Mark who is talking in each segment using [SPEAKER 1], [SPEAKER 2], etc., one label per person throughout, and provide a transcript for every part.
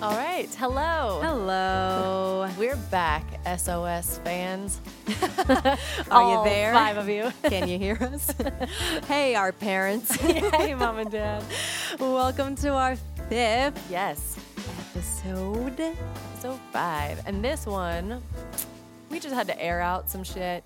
[SPEAKER 1] right. Hello.
[SPEAKER 2] Hello.
[SPEAKER 1] We're back, SOS fans.
[SPEAKER 2] Are
[SPEAKER 1] All
[SPEAKER 2] you there?
[SPEAKER 1] Five of you.
[SPEAKER 2] Can you hear us? hey, our parents.
[SPEAKER 1] hey, mom and dad.
[SPEAKER 2] Welcome to our fifth
[SPEAKER 1] Yes.
[SPEAKER 2] episode.
[SPEAKER 1] So five. And this one, we just had to air out some shit.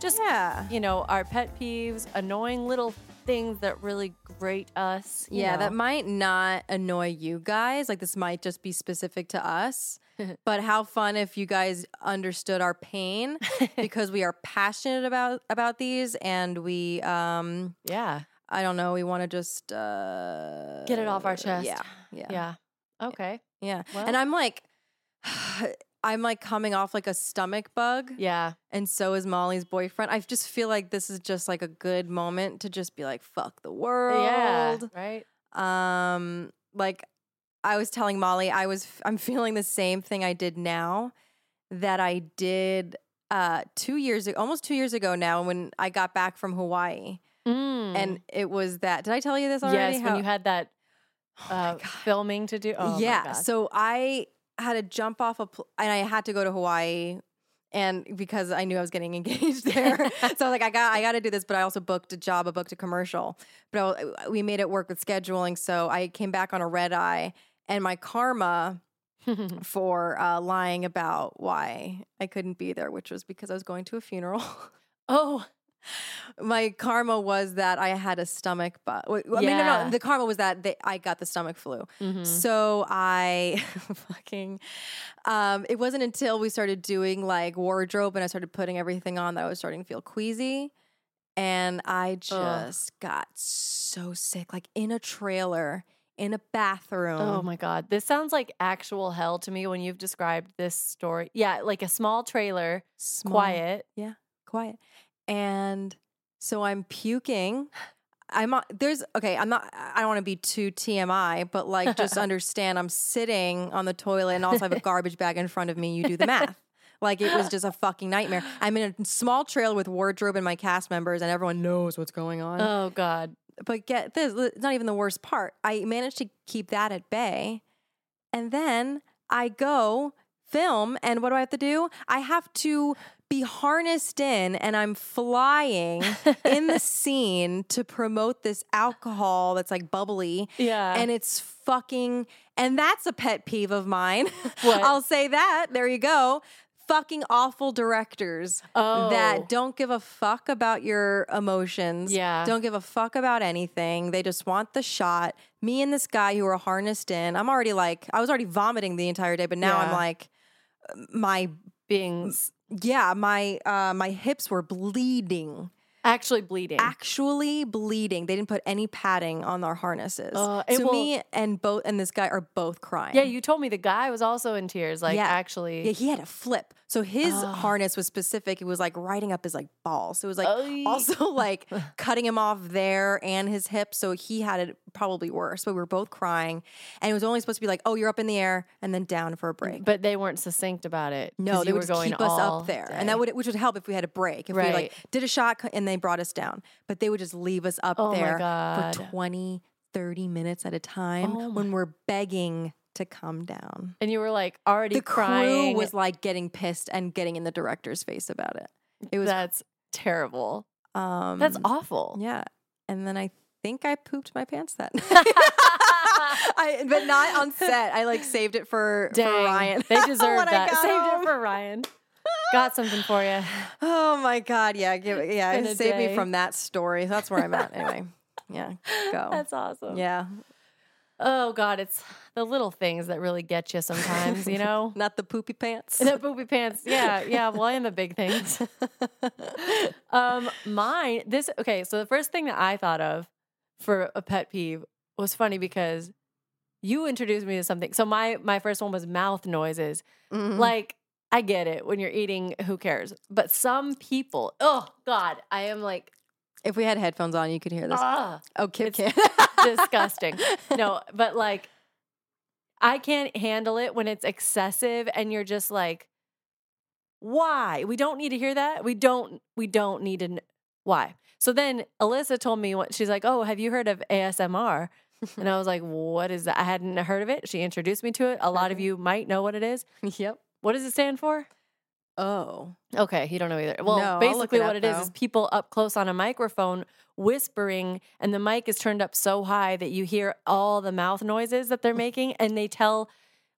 [SPEAKER 1] Just,
[SPEAKER 2] Yeah.
[SPEAKER 1] you know, our pet peeves, annoying little things that really grate us. you
[SPEAKER 2] Yeah,
[SPEAKER 1] know.
[SPEAKER 2] that might not annoy you guys. Like, this might just be specific to us. but how fun if you guys understood our pain because we are passionate about about these and we um
[SPEAKER 1] Yeah.
[SPEAKER 2] I don't know, we want to just uh
[SPEAKER 1] Get it off our chest.
[SPEAKER 2] Yeah. Yeah.
[SPEAKER 1] Yeah. Okay.
[SPEAKER 2] Yeah.
[SPEAKER 1] Well-
[SPEAKER 2] and I'm like, I'm like coming off like a stomach bug,
[SPEAKER 1] Yeah.
[SPEAKER 2] and so is Molly's boyfriend. I just feel like this is just like a good moment to just be like, fuck the
[SPEAKER 1] Yeah.
[SPEAKER 2] world.
[SPEAKER 1] Right.
[SPEAKER 2] Um, like I was telling Molly, I was I'm feeling the same thing I did now that I did uh two years ago, almost two years ago now, when I got back from Hawaii,
[SPEAKER 1] Mm.
[SPEAKER 2] and it was that. Did I tell you this already?
[SPEAKER 1] yes,
[SPEAKER 2] How- Oh
[SPEAKER 1] when you had that
[SPEAKER 2] my
[SPEAKER 1] uh,
[SPEAKER 2] God.
[SPEAKER 1] filming to do. Oh, my
[SPEAKER 2] yeah.
[SPEAKER 1] God.
[SPEAKER 2] So I had to jump off a pl- and I had to go to Hawaii and because I knew I was getting engaged there. so I was like I got I got to do this but I also booked a job, I booked a commercial. But I, we made it work with scheduling, so I came back on a red eye and my karma for uh, lying about why I couldn't be there, which was because I was going to a funeral.
[SPEAKER 1] oh,
[SPEAKER 2] my karma was that I had a stomach bug. I mean, no,
[SPEAKER 1] Yeah.
[SPEAKER 2] no. The karma was that they, I got the stomach flu.
[SPEAKER 1] mhm.
[SPEAKER 2] So I fucking um it wasn't until we started doing like wardrobe and I started putting everything on that I was starting to feel queasy and I just got so sick like in a trailer in a bathroom.
[SPEAKER 1] oh my God. This sounds like actual hell to me when you've described this story. Yeah, like a small trailer,
[SPEAKER 2] Small-
[SPEAKER 1] quiet.
[SPEAKER 2] Quiet. And so I'm puking. I'm on, there's okay, I'm not I don't want to be too TMI, but like just understand I'm sitting on the toilet and also have a garbage bag in front of me. You do the math. Like it was just a fucking nightmare. I'm in a small trailer with wardrobe and my cast members and everyone knows what's going on.
[SPEAKER 1] Oh God.
[SPEAKER 2] but get this, it's not even the worst part. I managed to keep that at bay. And then I go film and what do I have to do? I have to be harnessed in and I'm flying in the scene to promote this alcohol that's like bubbly
[SPEAKER 1] Yeah.
[SPEAKER 2] and it's fucking and that's a pet peeve of mine.
[SPEAKER 1] What?
[SPEAKER 2] I'll say that. There you go. Fucking awful directors
[SPEAKER 1] oh.
[SPEAKER 2] that don't give a fuck about your emotions.
[SPEAKER 1] Yeah.
[SPEAKER 2] Don't give a fuck about anything. They just want the shot. Me and this guy who are harnessed in, I'm already like, I was already vomiting the entire day, but now I'm
[SPEAKER 1] Yeah.
[SPEAKER 2] like, my,
[SPEAKER 1] being s-
[SPEAKER 2] yeah, my, uh, my hips were bleeding,
[SPEAKER 1] actually bleeding.
[SPEAKER 2] actually bleeding. They didn't put any padding on our harnesses.
[SPEAKER 1] Uh, it
[SPEAKER 2] so
[SPEAKER 1] will-
[SPEAKER 2] me and both, and this guy are both crying.
[SPEAKER 1] yeah, you told me the guy was also in tears. Like
[SPEAKER 2] Yeah.
[SPEAKER 1] actually.
[SPEAKER 2] Yeah, he had a flip. So his
[SPEAKER 1] Oh.
[SPEAKER 2] harness was specific. It was like riding up his like balls. So it was like
[SPEAKER 1] Oy.
[SPEAKER 2] also like cutting him off there and his hip. So he had it probably worse. But we were both crying. And it was only supposed to be like, oh, you're up in the air and then down for a break.
[SPEAKER 1] But they weren't succinct about it. Mm, 'cause
[SPEAKER 2] No, they
[SPEAKER 1] you were
[SPEAKER 2] would just
[SPEAKER 1] going
[SPEAKER 2] keep us
[SPEAKER 1] all
[SPEAKER 2] up there. And
[SPEAKER 1] day.
[SPEAKER 2] that would which would help if we had a break. If we like
[SPEAKER 1] Right.
[SPEAKER 2] did a shot c- and they brought us down. But they would just leave us up
[SPEAKER 1] Oh my
[SPEAKER 2] there
[SPEAKER 1] God.
[SPEAKER 2] for 20, 30 minutes at a time
[SPEAKER 1] Oh
[SPEAKER 2] when we're begging to come down
[SPEAKER 1] and you were like already
[SPEAKER 2] the
[SPEAKER 1] crying.
[SPEAKER 2] crew was like getting pissed and getting in the director's face about it. It was
[SPEAKER 1] That's terrible.
[SPEAKER 2] um
[SPEAKER 1] That's awful.
[SPEAKER 2] Yeah. And then I think I pooped my pants that night. I, but not on set. I like saved it for, for
[SPEAKER 1] Dang,
[SPEAKER 2] Ryan.
[SPEAKER 1] They deserve
[SPEAKER 2] When I
[SPEAKER 1] that.
[SPEAKER 2] got
[SPEAKER 1] Saved
[SPEAKER 2] home.
[SPEAKER 1] it for Ryan. Got something for you.
[SPEAKER 2] Oh my god, yeah, give it, yeah,
[SPEAKER 1] It's
[SPEAKER 2] it
[SPEAKER 1] been a
[SPEAKER 2] saved me
[SPEAKER 1] day.
[SPEAKER 2] from that story. That's where I'm at anyway. Yeah, go.
[SPEAKER 1] That's awesome.
[SPEAKER 2] yeah,
[SPEAKER 1] Oh God, it's the little things that really get you sometimes, you know?
[SPEAKER 2] not the poopy pants.
[SPEAKER 1] the poopy pants. Yeah, yeah. Well, and the big things.
[SPEAKER 2] Mm-hmm.
[SPEAKER 1] um, mine, this okay, so the first thing that I thought of for a pet peeve was funny because you introduced me to something. So my my first one was mouth noises.
[SPEAKER 2] Mhm.
[SPEAKER 1] Like, I get it. When you're eating, who cares? But some people, oh God, I am like,
[SPEAKER 2] if we had headphones on, you could hear this.
[SPEAKER 1] ah,
[SPEAKER 2] oh, Kip
[SPEAKER 1] it's-
[SPEAKER 2] can.
[SPEAKER 1] disgusting. No, but like, I can't handle it when it's excessive and you're just like, why? We don't need to hear that. We don't, we don't need to, kn- why? So then Alyssa told me, what she's like, oh, have you heard of ASMR? and I was like, what is that? I hadn't heard of it. She introduced me to it. A lot of
[SPEAKER 2] Okay.
[SPEAKER 1] you might know what it is.
[SPEAKER 2] yep.
[SPEAKER 1] What does it stand for?
[SPEAKER 2] Oh.
[SPEAKER 1] Okay, you don't know either. Well,
[SPEAKER 2] No, I'll look
[SPEAKER 1] basically,
[SPEAKER 2] it
[SPEAKER 1] what
[SPEAKER 2] up,
[SPEAKER 1] it is is
[SPEAKER 2] though.
[SPEAKER 1] people up close on a microphone whispering, and the mic is turned up so high that you hear all the mouth noises that they're making, and they tell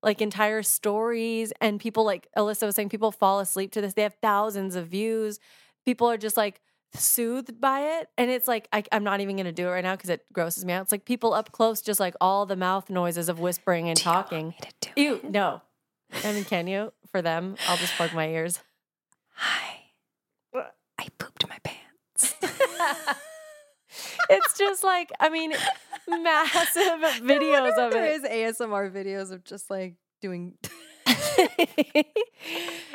[SPEAKER 1] like entire stories. And people, like Alyssa was saying, people fall asleep to this. They have thousands of views. People are just like soothed by it. And it's like, I, I'm not even going to do it right now because it grosses me out. It's like people up close, just like all the mouth noises of whispering and talking. Ew, no. I mean, can you? For them, I'll just plug my ears.
[SPEAKER 2] Hi. I pooped my pants.
[SPEAKER 1] it's just like I mean, massive videos of
[SPEAKER 2] There
[SPEAKER 1] it.
[SPEAKER 2] is ASMR videos of just like doing.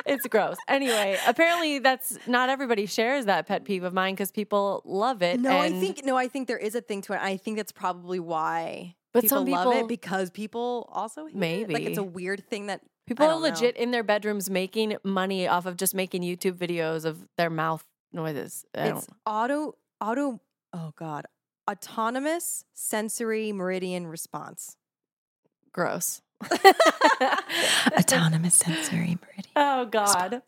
[SPEAKER 1] it's gross. Anyway, apparently that's not everybody shares that pet peeve of mine because people love it.
[SPEAKER 2] No, I
[SPEAKER 1] and-
[SPEAKER 2] think no, I think there is a thing to it. I think that's probably why
[SPEAKER 1] But
[SPEAKER 2] people,
[SPEAKER 1] some
[SPEAKER 2] love it
[SPEAKER 1] people-
[SPEAKER 2] because people also hate it. like it's a
[SPEAKER 1] Maybe.
[SPEAKER 2] weird thing that
[SPEAKER 1] people
[SPEAKER 2] I
[SPEAKER 1] are
[SPEAKER 2] don't know.
[SPEAKER 1] legit in their bedrooms making money off of just making YouTube videos of their mouth noises. I
[SPEAKER 2] it's auto auto. Oh God, autonomous sensory meridian response.
[SPEAKER 1] don't- gross.
[SPEAKER 2] autonomous sensory meridian.
[SPEAKER 1] oh God.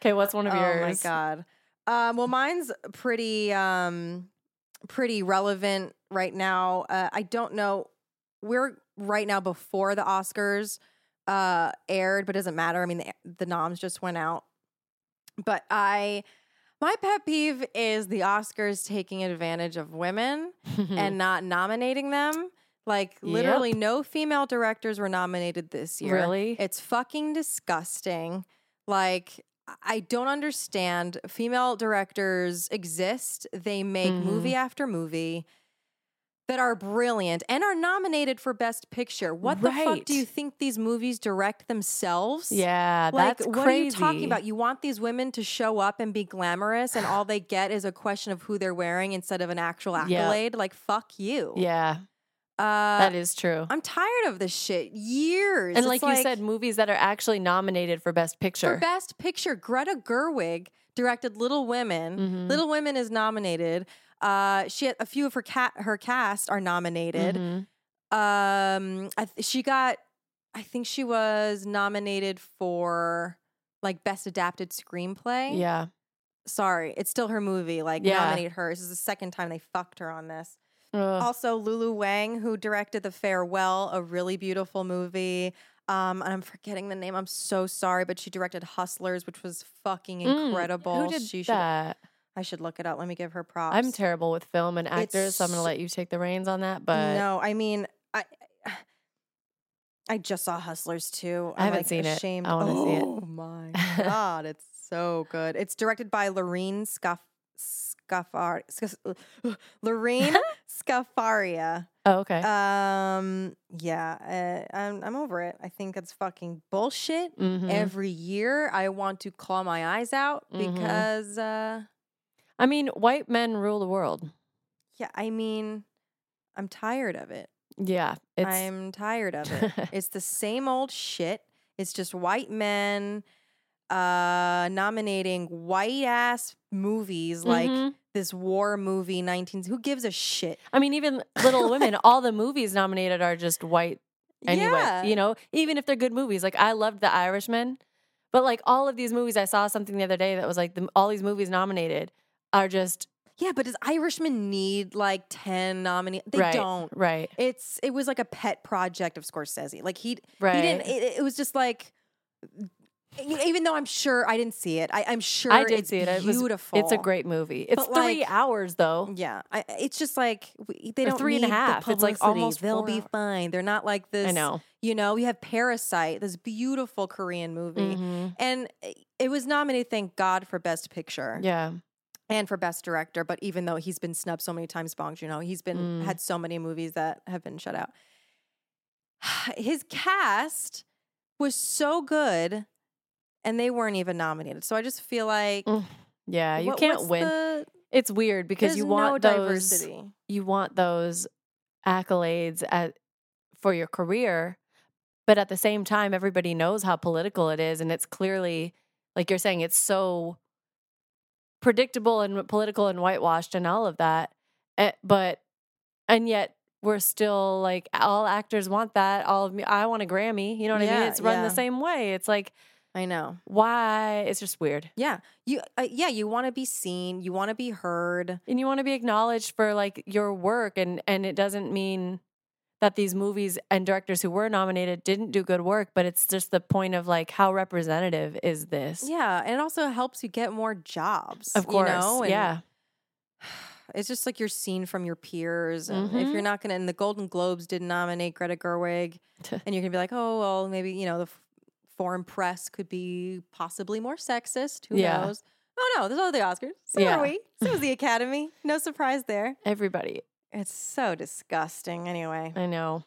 [SPEAKER 1] Okay, what's one of
[SPEAKER 2] Oh my
[SPEAKER 1] yours?
[SPEAKER 2] god. Um, well, mine's pretty um, pretty relevant right now. Uh, I don't know. We're right now before the Oscars uh, aired, but it doesn't matter. I mean, the, the noms just went out. But I, my pet peeve is the Oscars taking advantage of women
[SPEAKER 1] Hmm.
[SPEAKER 2] and not nominating them. Like literally, no female directors were nominated this year.
[SPEAKER 1] really?
[SPEAKER 2] It's fucking disgusting. Like, I- I don't understand. Female directors exist, they make
[SPEAKER 1] Mhm.
[SPEAKER 2] movie after movie that are brilliant and are nominated for Best Picture. What the fuck
[SPEAKER 1] Right.
[SPEAKER 2] do you think these movies direct themselves?
[SPEAKER 1] yeah,
[SPEAKER 2] Like,
[SPEAKER 1] that's
[SPEAKER 2] what
[SPEAKER 1] crazy.
[SPEAKER 2] are you talking about? You want these women to show up and be glamorous, and all they get is a question of who they're wearing instead of an actual
[SPEAKER 1] Yeah.
[SPEAKER 2] accolade? Like, fuck you.
[SPEAKER 1] Yeah,
[SPEAKER 2] Uh,
[SPEAKER 1] that is true.
[SPEAKER 2] I'm tired of this shit. Years.
[SPEAKER 1] And
[SPEAKER 2] It's
[SPEAKER 1] like, you said, movies that are actually nominated for Best Picture.
[SPEAKER 2] For Best Picture, Greta Gerwig directed Little Women.
[SPEAKER 1] Mhm.
[SPEAKER 2] Little Women is nominated. Uh, she had, a few of her cat her cast are nominated.
[SPEAKER 1] Mhm. Mm-hmm.
[SPEAKER 2] Um, I th- she got, I think she was nominated for like Best Adapted Screenplay.
[SPEAKER 1] Yeah.
[SPEAKER 2] Sorry, it's still her movie. Like
[SPEAKER 1] Yeah.
[SPEAKER 2] nominate her. This is the second time they fucked her on this.
[SPEAKER 1] Ugh.
[SPEAKER 2] Also, Lulu Wang, who directed The Farewell, a really beautiful movie. Um, and I'm forgetting the name. I'm so sorry, but she directed Hustlers, which was fucking
[SPEAKER 1] Mm,
[SPEAKER 2] incredible.
[SPEAKER 1] Who did
[SPEAKER 2] she
[SPEAKER 1] that?
[SPEAKER 2] Should, I should look it up. Let me give her props.
[SPEAKER 1] I'm terrible with film and actors, so I'm gonna
[SPEAKER 2] It's-
[SPEAKER 1] let you take the reins on that. But
[SPEAKER 2] no, I mean, I I just saw Hustlers too. I'm,
[SPEAKER 1] haven't
[SPEAKER 2] like,
[SPEAKER 1] seen it.
[SPEAKER 2] ashamed.
[SPEAKER 1] I wanna
[SPEAKER 2] oh,
[SPEAKER 1] see it.
[SPEAKER 2] my god, it's so good. It's directed by Lorene Scuff Scuffar Scuff- Lorene Scafaria.
[SPEAKER 1] oh, okay.
[SPEAKER 2] Uh, Um. Yeah. Uh, I'm. I'm over it. I think it's fucking bullshit.
[SPEAKER 1] Mhm.
[SPEAKER 2] Every year, I want to claw my eyes out
[SPEAKER 1] Mhm.
[SPEAKER 2] because. Uh,
[SPEAKER 1] I mean, white men rule the world.
[SPEAKER 2] yeah. I mean, I'm tired of it.
[SPEAKER 1] Yeah, it's
[SPEAKER 2] I'm tired of it. it's the same old shit. It's just white men uh nominating white ass movies like
[SPEAKER 1] Mhm.
[SPEAKER 2] this war movie 19 who gives a shit
[SPEAKER 1] I mean, even Little Women, all the movies nominated are just white anyway.
[SPEAKER 2] yeah
[SPEAKER 1] You know, even if they're good movies. Like I loved The Irishman, but like all of these movies, I saw something the other day that was like the, all these movies nominated are just
[SPEAKER 2] yeah but does irishman need like 10 nominees they
[SPEAKER 1] Right.
[SPEAKER 2] don't
[SPEAKER 1] right,
[SPEAKER 2] It's it was like a pet project of Scorsese. Like he
[SPEAKER 1] right.
[SPEAKER 2] he didn't. It, it was just like. e- Even though I'm sure I didn't see it, I, I'm sure
[SPEAKER 1] I did
[SPEAKER 2] it's
[SPEAKER 1] see it. It was-
[SPEAKER 2] beautiful.
[SPEAKER 1] It's a great movie. It's
[SPEAKER 2] But,
[SPEAKER 1] three
[SPEAKER 2] like-
[SPEAKER 1] hours though.
[SPEAKER 2] Yeah, I, it's just like we, they
[SPEAKER 1] Or
[SPEAKER 2] don't
[SPEAKER 1] three and a
[SPEAKER 2] need the
[SPEAKER 1] half. It's, like,
[SPEAKER 2] publicity.
[SPEAKER 1] almost
[SPEAKER 2] they'll
[SPEAKER 1] four
[SPEAKER 2] be
[SPEAKER 1] hours.
[SPEAKER 2] fine. They're not like this.
[SPEAKER 1] I know.
[SPEAKER 2] You know, we have Parasite, this beautiful Korean movie,
[SPEAKER 1] Mhm.
[SPEAKER 2] and it- it was nominated. Thank God for Best Picture
[SPEAKER 1] Yeah.
[SPEAKER 2] and for Best Director. But even though he's been snubbed so many times, Bong Joon Ho, he's been
[SPEAKER 1] Mm.
[SPEAKER 2] had so many movies that have been shut out. His cast was so good, and they weren't even nominated. So I just feel like
[SPEAKER 1] Mm, Yeah, you
[SPEAKER 2] what-
[SPEAKER 1] can't
[SPEAKER 2] what's
[SPEAKER 1] win.
[SPEAKER 2] the-
[SPEAKER 1] it's weird because
[SPEAKER 2] there's
[SPEAKER 1] you want
[SPEAKER 2] no
[SPEAKER 1] those
[SPEAKER 2] diversity.
[SPEAKER 1] you want those accolades at for your career, but at the same time everybody knows how political it is and it's clearly like you're saying it's so predictable and political and whitewashed and all of that. Eh, But and yet we're still like all actors want that. All of me, I want a Grammy. You know what I mean?
[SPEAKER 2] Yeah,
[SPEAKER 1] It's run
[SPEAKER 2] yeah.
[SPEAKER 1] the same way. It's like
[SPEAKER 2] I know.
[SPEAKER 1] why? It's just weird.
[SPEAKER 2] Yeah. You uh, yeah, you want to be seen, you want to be heard.
[SPEAKER 1] and you want to be acknowledged for like your work and and it doesn't mean that these movies and directors who were nominated didn't do good work but it's just the point of like how representative is this
[SPEAKER 2] Yeah, and it also helps you get more jobs.
[SPEAKER 1] of course
[SPEAKER 2] you know? And
[SPEAKER 1] yeah
[SPEAKER 2] It's just like you're seen from your peers, and if
[SPEAKER 1] Mhm.
[SPEAKER 2] you're not gonna, and the Golden Globes did nominate Greta Gerwig, and you're gonna be like, oh well, maybe you know the f- foreign press could be possibly more sexist. Who
[SPEAKER 1] Yeah.
[SPEAKER 2] knows? Oh no, there's all the Oscars. So
[SPEAKER 1] Yeah.
[SPEAKER 2] are we. So is the Academy. No surprise there.
[SPEAKER 1] everybody
[SPEAKER 2] It's so disgusting. Anyway,
[SPEAKER 1] i know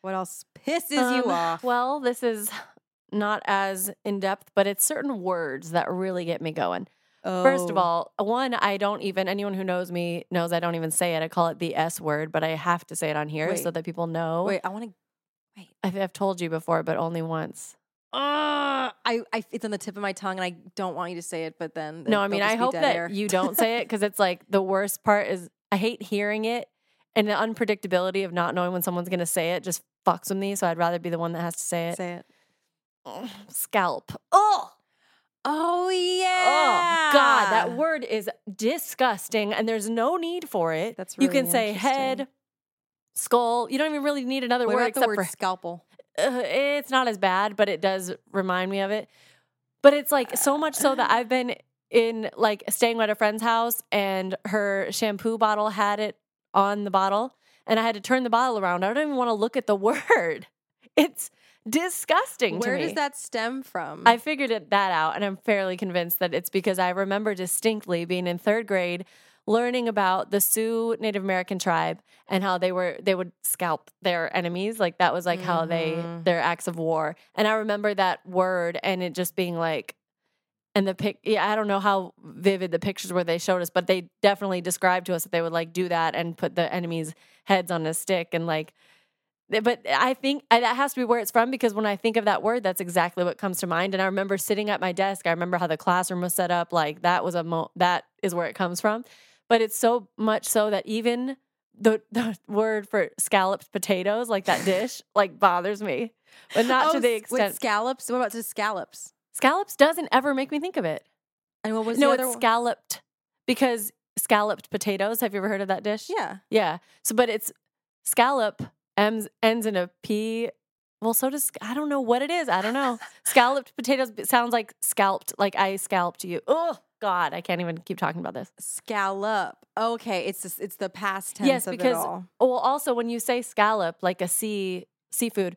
[SPEAKER 2] what else pisses you
[SPEAKER 1] Um,
[SPEAKER 2] off?
[SPEAKER 1] well this is not as in depth but it's certain words that really get me going First of
[SPEAKER 2] Oh.
[SPEAKER 1] all, one, I don't even, anyone who knows me knows I don't even say it. I call it the S word, but I have to say it on here so
[SPEAKER 2] Wait.
[SPEAKER 1] that people know.
[SPEAKER 2] wait, I want to.
[SPEAKER 1] I think I've told you before, but only once.
[SPEAKER 2] I, I it's on the tip of my tongue, and I don't want you to say it, but then
[SPEAKER 1] No, I mean, I hope that you don't say it because it's like the worst part is I hate hearing it and the unpredictability of not knowing when someone's going to say it just fucks with me. So I'd rather be the one that has to say it.
[SPEAKER 2] say it.
[SPEAKER 1] Ugh, Scalp. Oh,
[SPEAKER 2] Oh yeah.
[SPEAKER 1] oh, God, that word is disgusting and there's no need for it.
[SPEAKER 2] That's
[SPEAKER 1] you can
[SPEAKER 2] really
[SPEAKER 1] say
[SPEAKER 2] interesting.
[SPEAKER 1] head, skull. You don't even really need another
[SPEAKER 2] What
[SPEAKER 1] word
[SPEAKER 2] about
[SPEAKER 1] except
[SPEAKER 2] the word
[SPEAKER 1] for
[SPEAKER 2] scalpel?
[SPEAKER 1] uh, it's not as bad, but it does remind me of it. But it's like so much so that I've been in like staying at a friend's house and her shampoo bottle had it on the bottle and I had to turn the bottle around. I don't even want to look at the word. It's disgusting to
[SPEAKER 2] Where
[SPEAKER 1] me.
[SPEAKER 2] does that stem from?
[SPEAKER 1] I figured it, that out, and I'm fairly convinced that it's because I remember distinctly being in third grade, learning about the Sioux Native American tribe and how they were they would scalp their enemies, like that was like how they
[SPEAKER 2] Mhm.
[SPEAKER 1] their acts of war. And I remember that word and it just being like, and the pic. Yeah, I don't know how vivid the pictures were they showed us, but they definitely described to us that they would like do that and put the enemies' heads on a stick and like Th- but I think I- that has to be where it's from because when I think of that word, that's exactly what comes to mind. And I remember sitting at my desk. I remember how the classroom was set up. Like that was a mo- that is where it comes from. But it's so much so that even the, the word for scalloped potatoes, like that dish, like bothers me. But not to
[SPEAKER 2] Oh,
[SPEAKER 1] the
[SPEAKER 2] s- with
[SPEAKER 1] extent
[SPEAKER 2] scallops. What about just scallops?
[SPEAKER 1] scallops doesn't ever make me think of it.
[SPEAKER 2] And what was
[SPEAKER 1] no,
[SPEAKER 2] the
[SPEAKER 1] it's
[SPEAKER 2] other one?
[SPEAKER 1] scalloped because scalloped potatoes. Have you ever heard of that dish?
[SPEAKER 2] Yeah.
[SPEAKER 1] Yeah. So, but it's scallop ends ends in a p. Well, so does I don't know what it is. I don't know. scalloped potatoes b- sounds like scalped, like I scalped you. Oh God, I can't even keep talking about this.
[SPEAKER 2] Scallop. Okay, it's this, it's the past tense
[SPEAKER 1] Yes,
[SPEAKER 2] of
[SPEAKER 1] because-
[SPEAKER 2] it all.
[SPEAKER 1] Oh, well, also when you say scallop, like a sea seafood,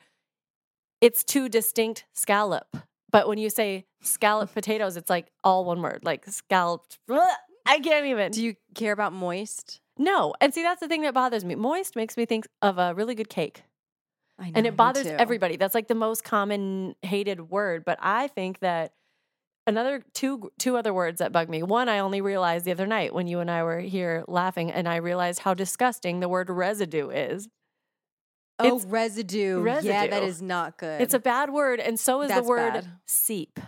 [SPEAKER 1] it's two distinct scallop. But when you say scallop potatoes, it's like all one word, like scalloped. I can't even.
[SPEAKER 2] Do you care about moist?
[SPEAKER 1] No, and see that's the thing that bothers me. Moist makes me think of a really good cake.
[SPEAKER 2] I know,
[SPEAKER 1] and
[SPEAKER 2] me
[SPEAKER 1] it bothers
[SPEAKER 2] too.
[SPEAKER 1] everybody. That's like the most common hated word. But I think that another two two other words that bug me. One I only realized the other night when you and I were here laughing, and I realized how disgusting the word residue is.
[SPEAKER 2] Oh,
[SPEAKER 1] it's-
[SPEAKER 2] residue. Yeah, that
[SPEAKER 1] residue.
[SPEAKER 2] is not good.
[SPEAKER 1] It's a bad word, and so is the
[SPEAKER 2] That's
[SPEAKER 1] word
[SPEAKER 2] bad.
[SPEAKER 1] seep,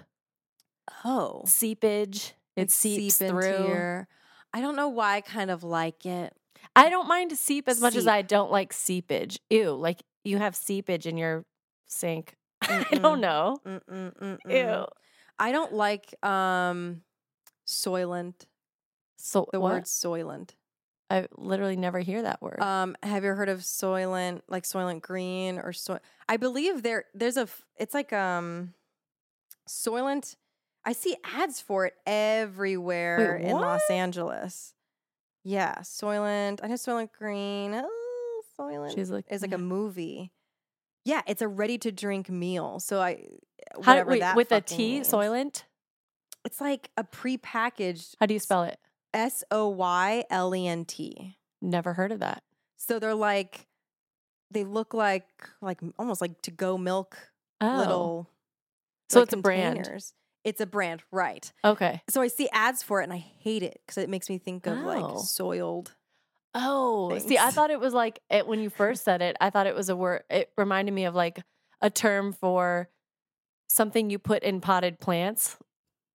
[SPEAKER 2] oh.
[SPEAKER 1] seepage. It seeps
[SPEAKER 2] seep into
[SPEAKER 1] through.
[SPEAKER 2] your- I don't know why I kind of like it.
[SPEAKER 1] I don't mind seep as much as
[SPEAKER 2] Seep.
[SPEAKER 1] I don't like seepage. Ew, like you have seepage in your sink. I
[SPEAKER 2] Mm-mm.
[SPEAKER 1] don't know.
[SPEAKER 2] Mm-mm,
[SPEAKER 1] Ew.
[SPEAKER 2] mm-mm. mm, I don't like um soylent.
[SPEAKER 1] So
[SPEAKER 2] The
[SPEAKER 1] what?
[SPEAKER 2] word soylent.
[SPEAKER 1] I literally never hear that word.
[SPEAKER 2] Um, have you heard of Soylent, like Soylent Green or Soy? I believe there there's a f- it's like um Soylent. I see ads for it everywhere in Los
[SPEAKER 1] what?
[SPEAKER 2] Angeles. Yeah, Soylent. I know Soylent Green. Oh, Soylent
[SPEAKER 1] She's like,
[SPEAKER 2] is like a movie. Yeah, it's a ready to drink meal. So I
[SPEAKER 1] How do,
[SPEAKER 2] whatever
[SPEAKER 1] wait,
[SPEAKER 2] that
[SPEAKER 1] with a
[SPEAKER 2] fucking
[SPEAKER 1] T,
[SPEAKER 2] means.
[SPEAKER 1] Soylent.
[SPEAKER 2] It's like a prepackaged
[SPEAKER 1] How do you spell it?
[SPEAKER 2] S O Y L E N T.
[SPEAKER 1] Never heard of that.
[SPEAKER 2] So they're like, they look like like m- almost like to go milk
[SPEAKER 1] Oh,
[SPEAKER 2] little.
[SPEAKER 1] so
[SPEAKER 2] like,
[SPEAKER 1] it's a brand.
[SPEAKER 2] containers. It's a brand, right?
[SPEAKER 1] Oh, Okay.
[SPEAKER 2] So I see ads for it and I hate it because it makes me think of
[SPEAKER 1] Oh.
[SPEAKER 2] like soiled.
[SPEAKER 1] Oh, see, I
[SPEAKER 2] Thanks.
[SPEAKER 1] thought it was like it when you first said it. I thought it was a word. It reminded me of like a term for something you put in potted plants,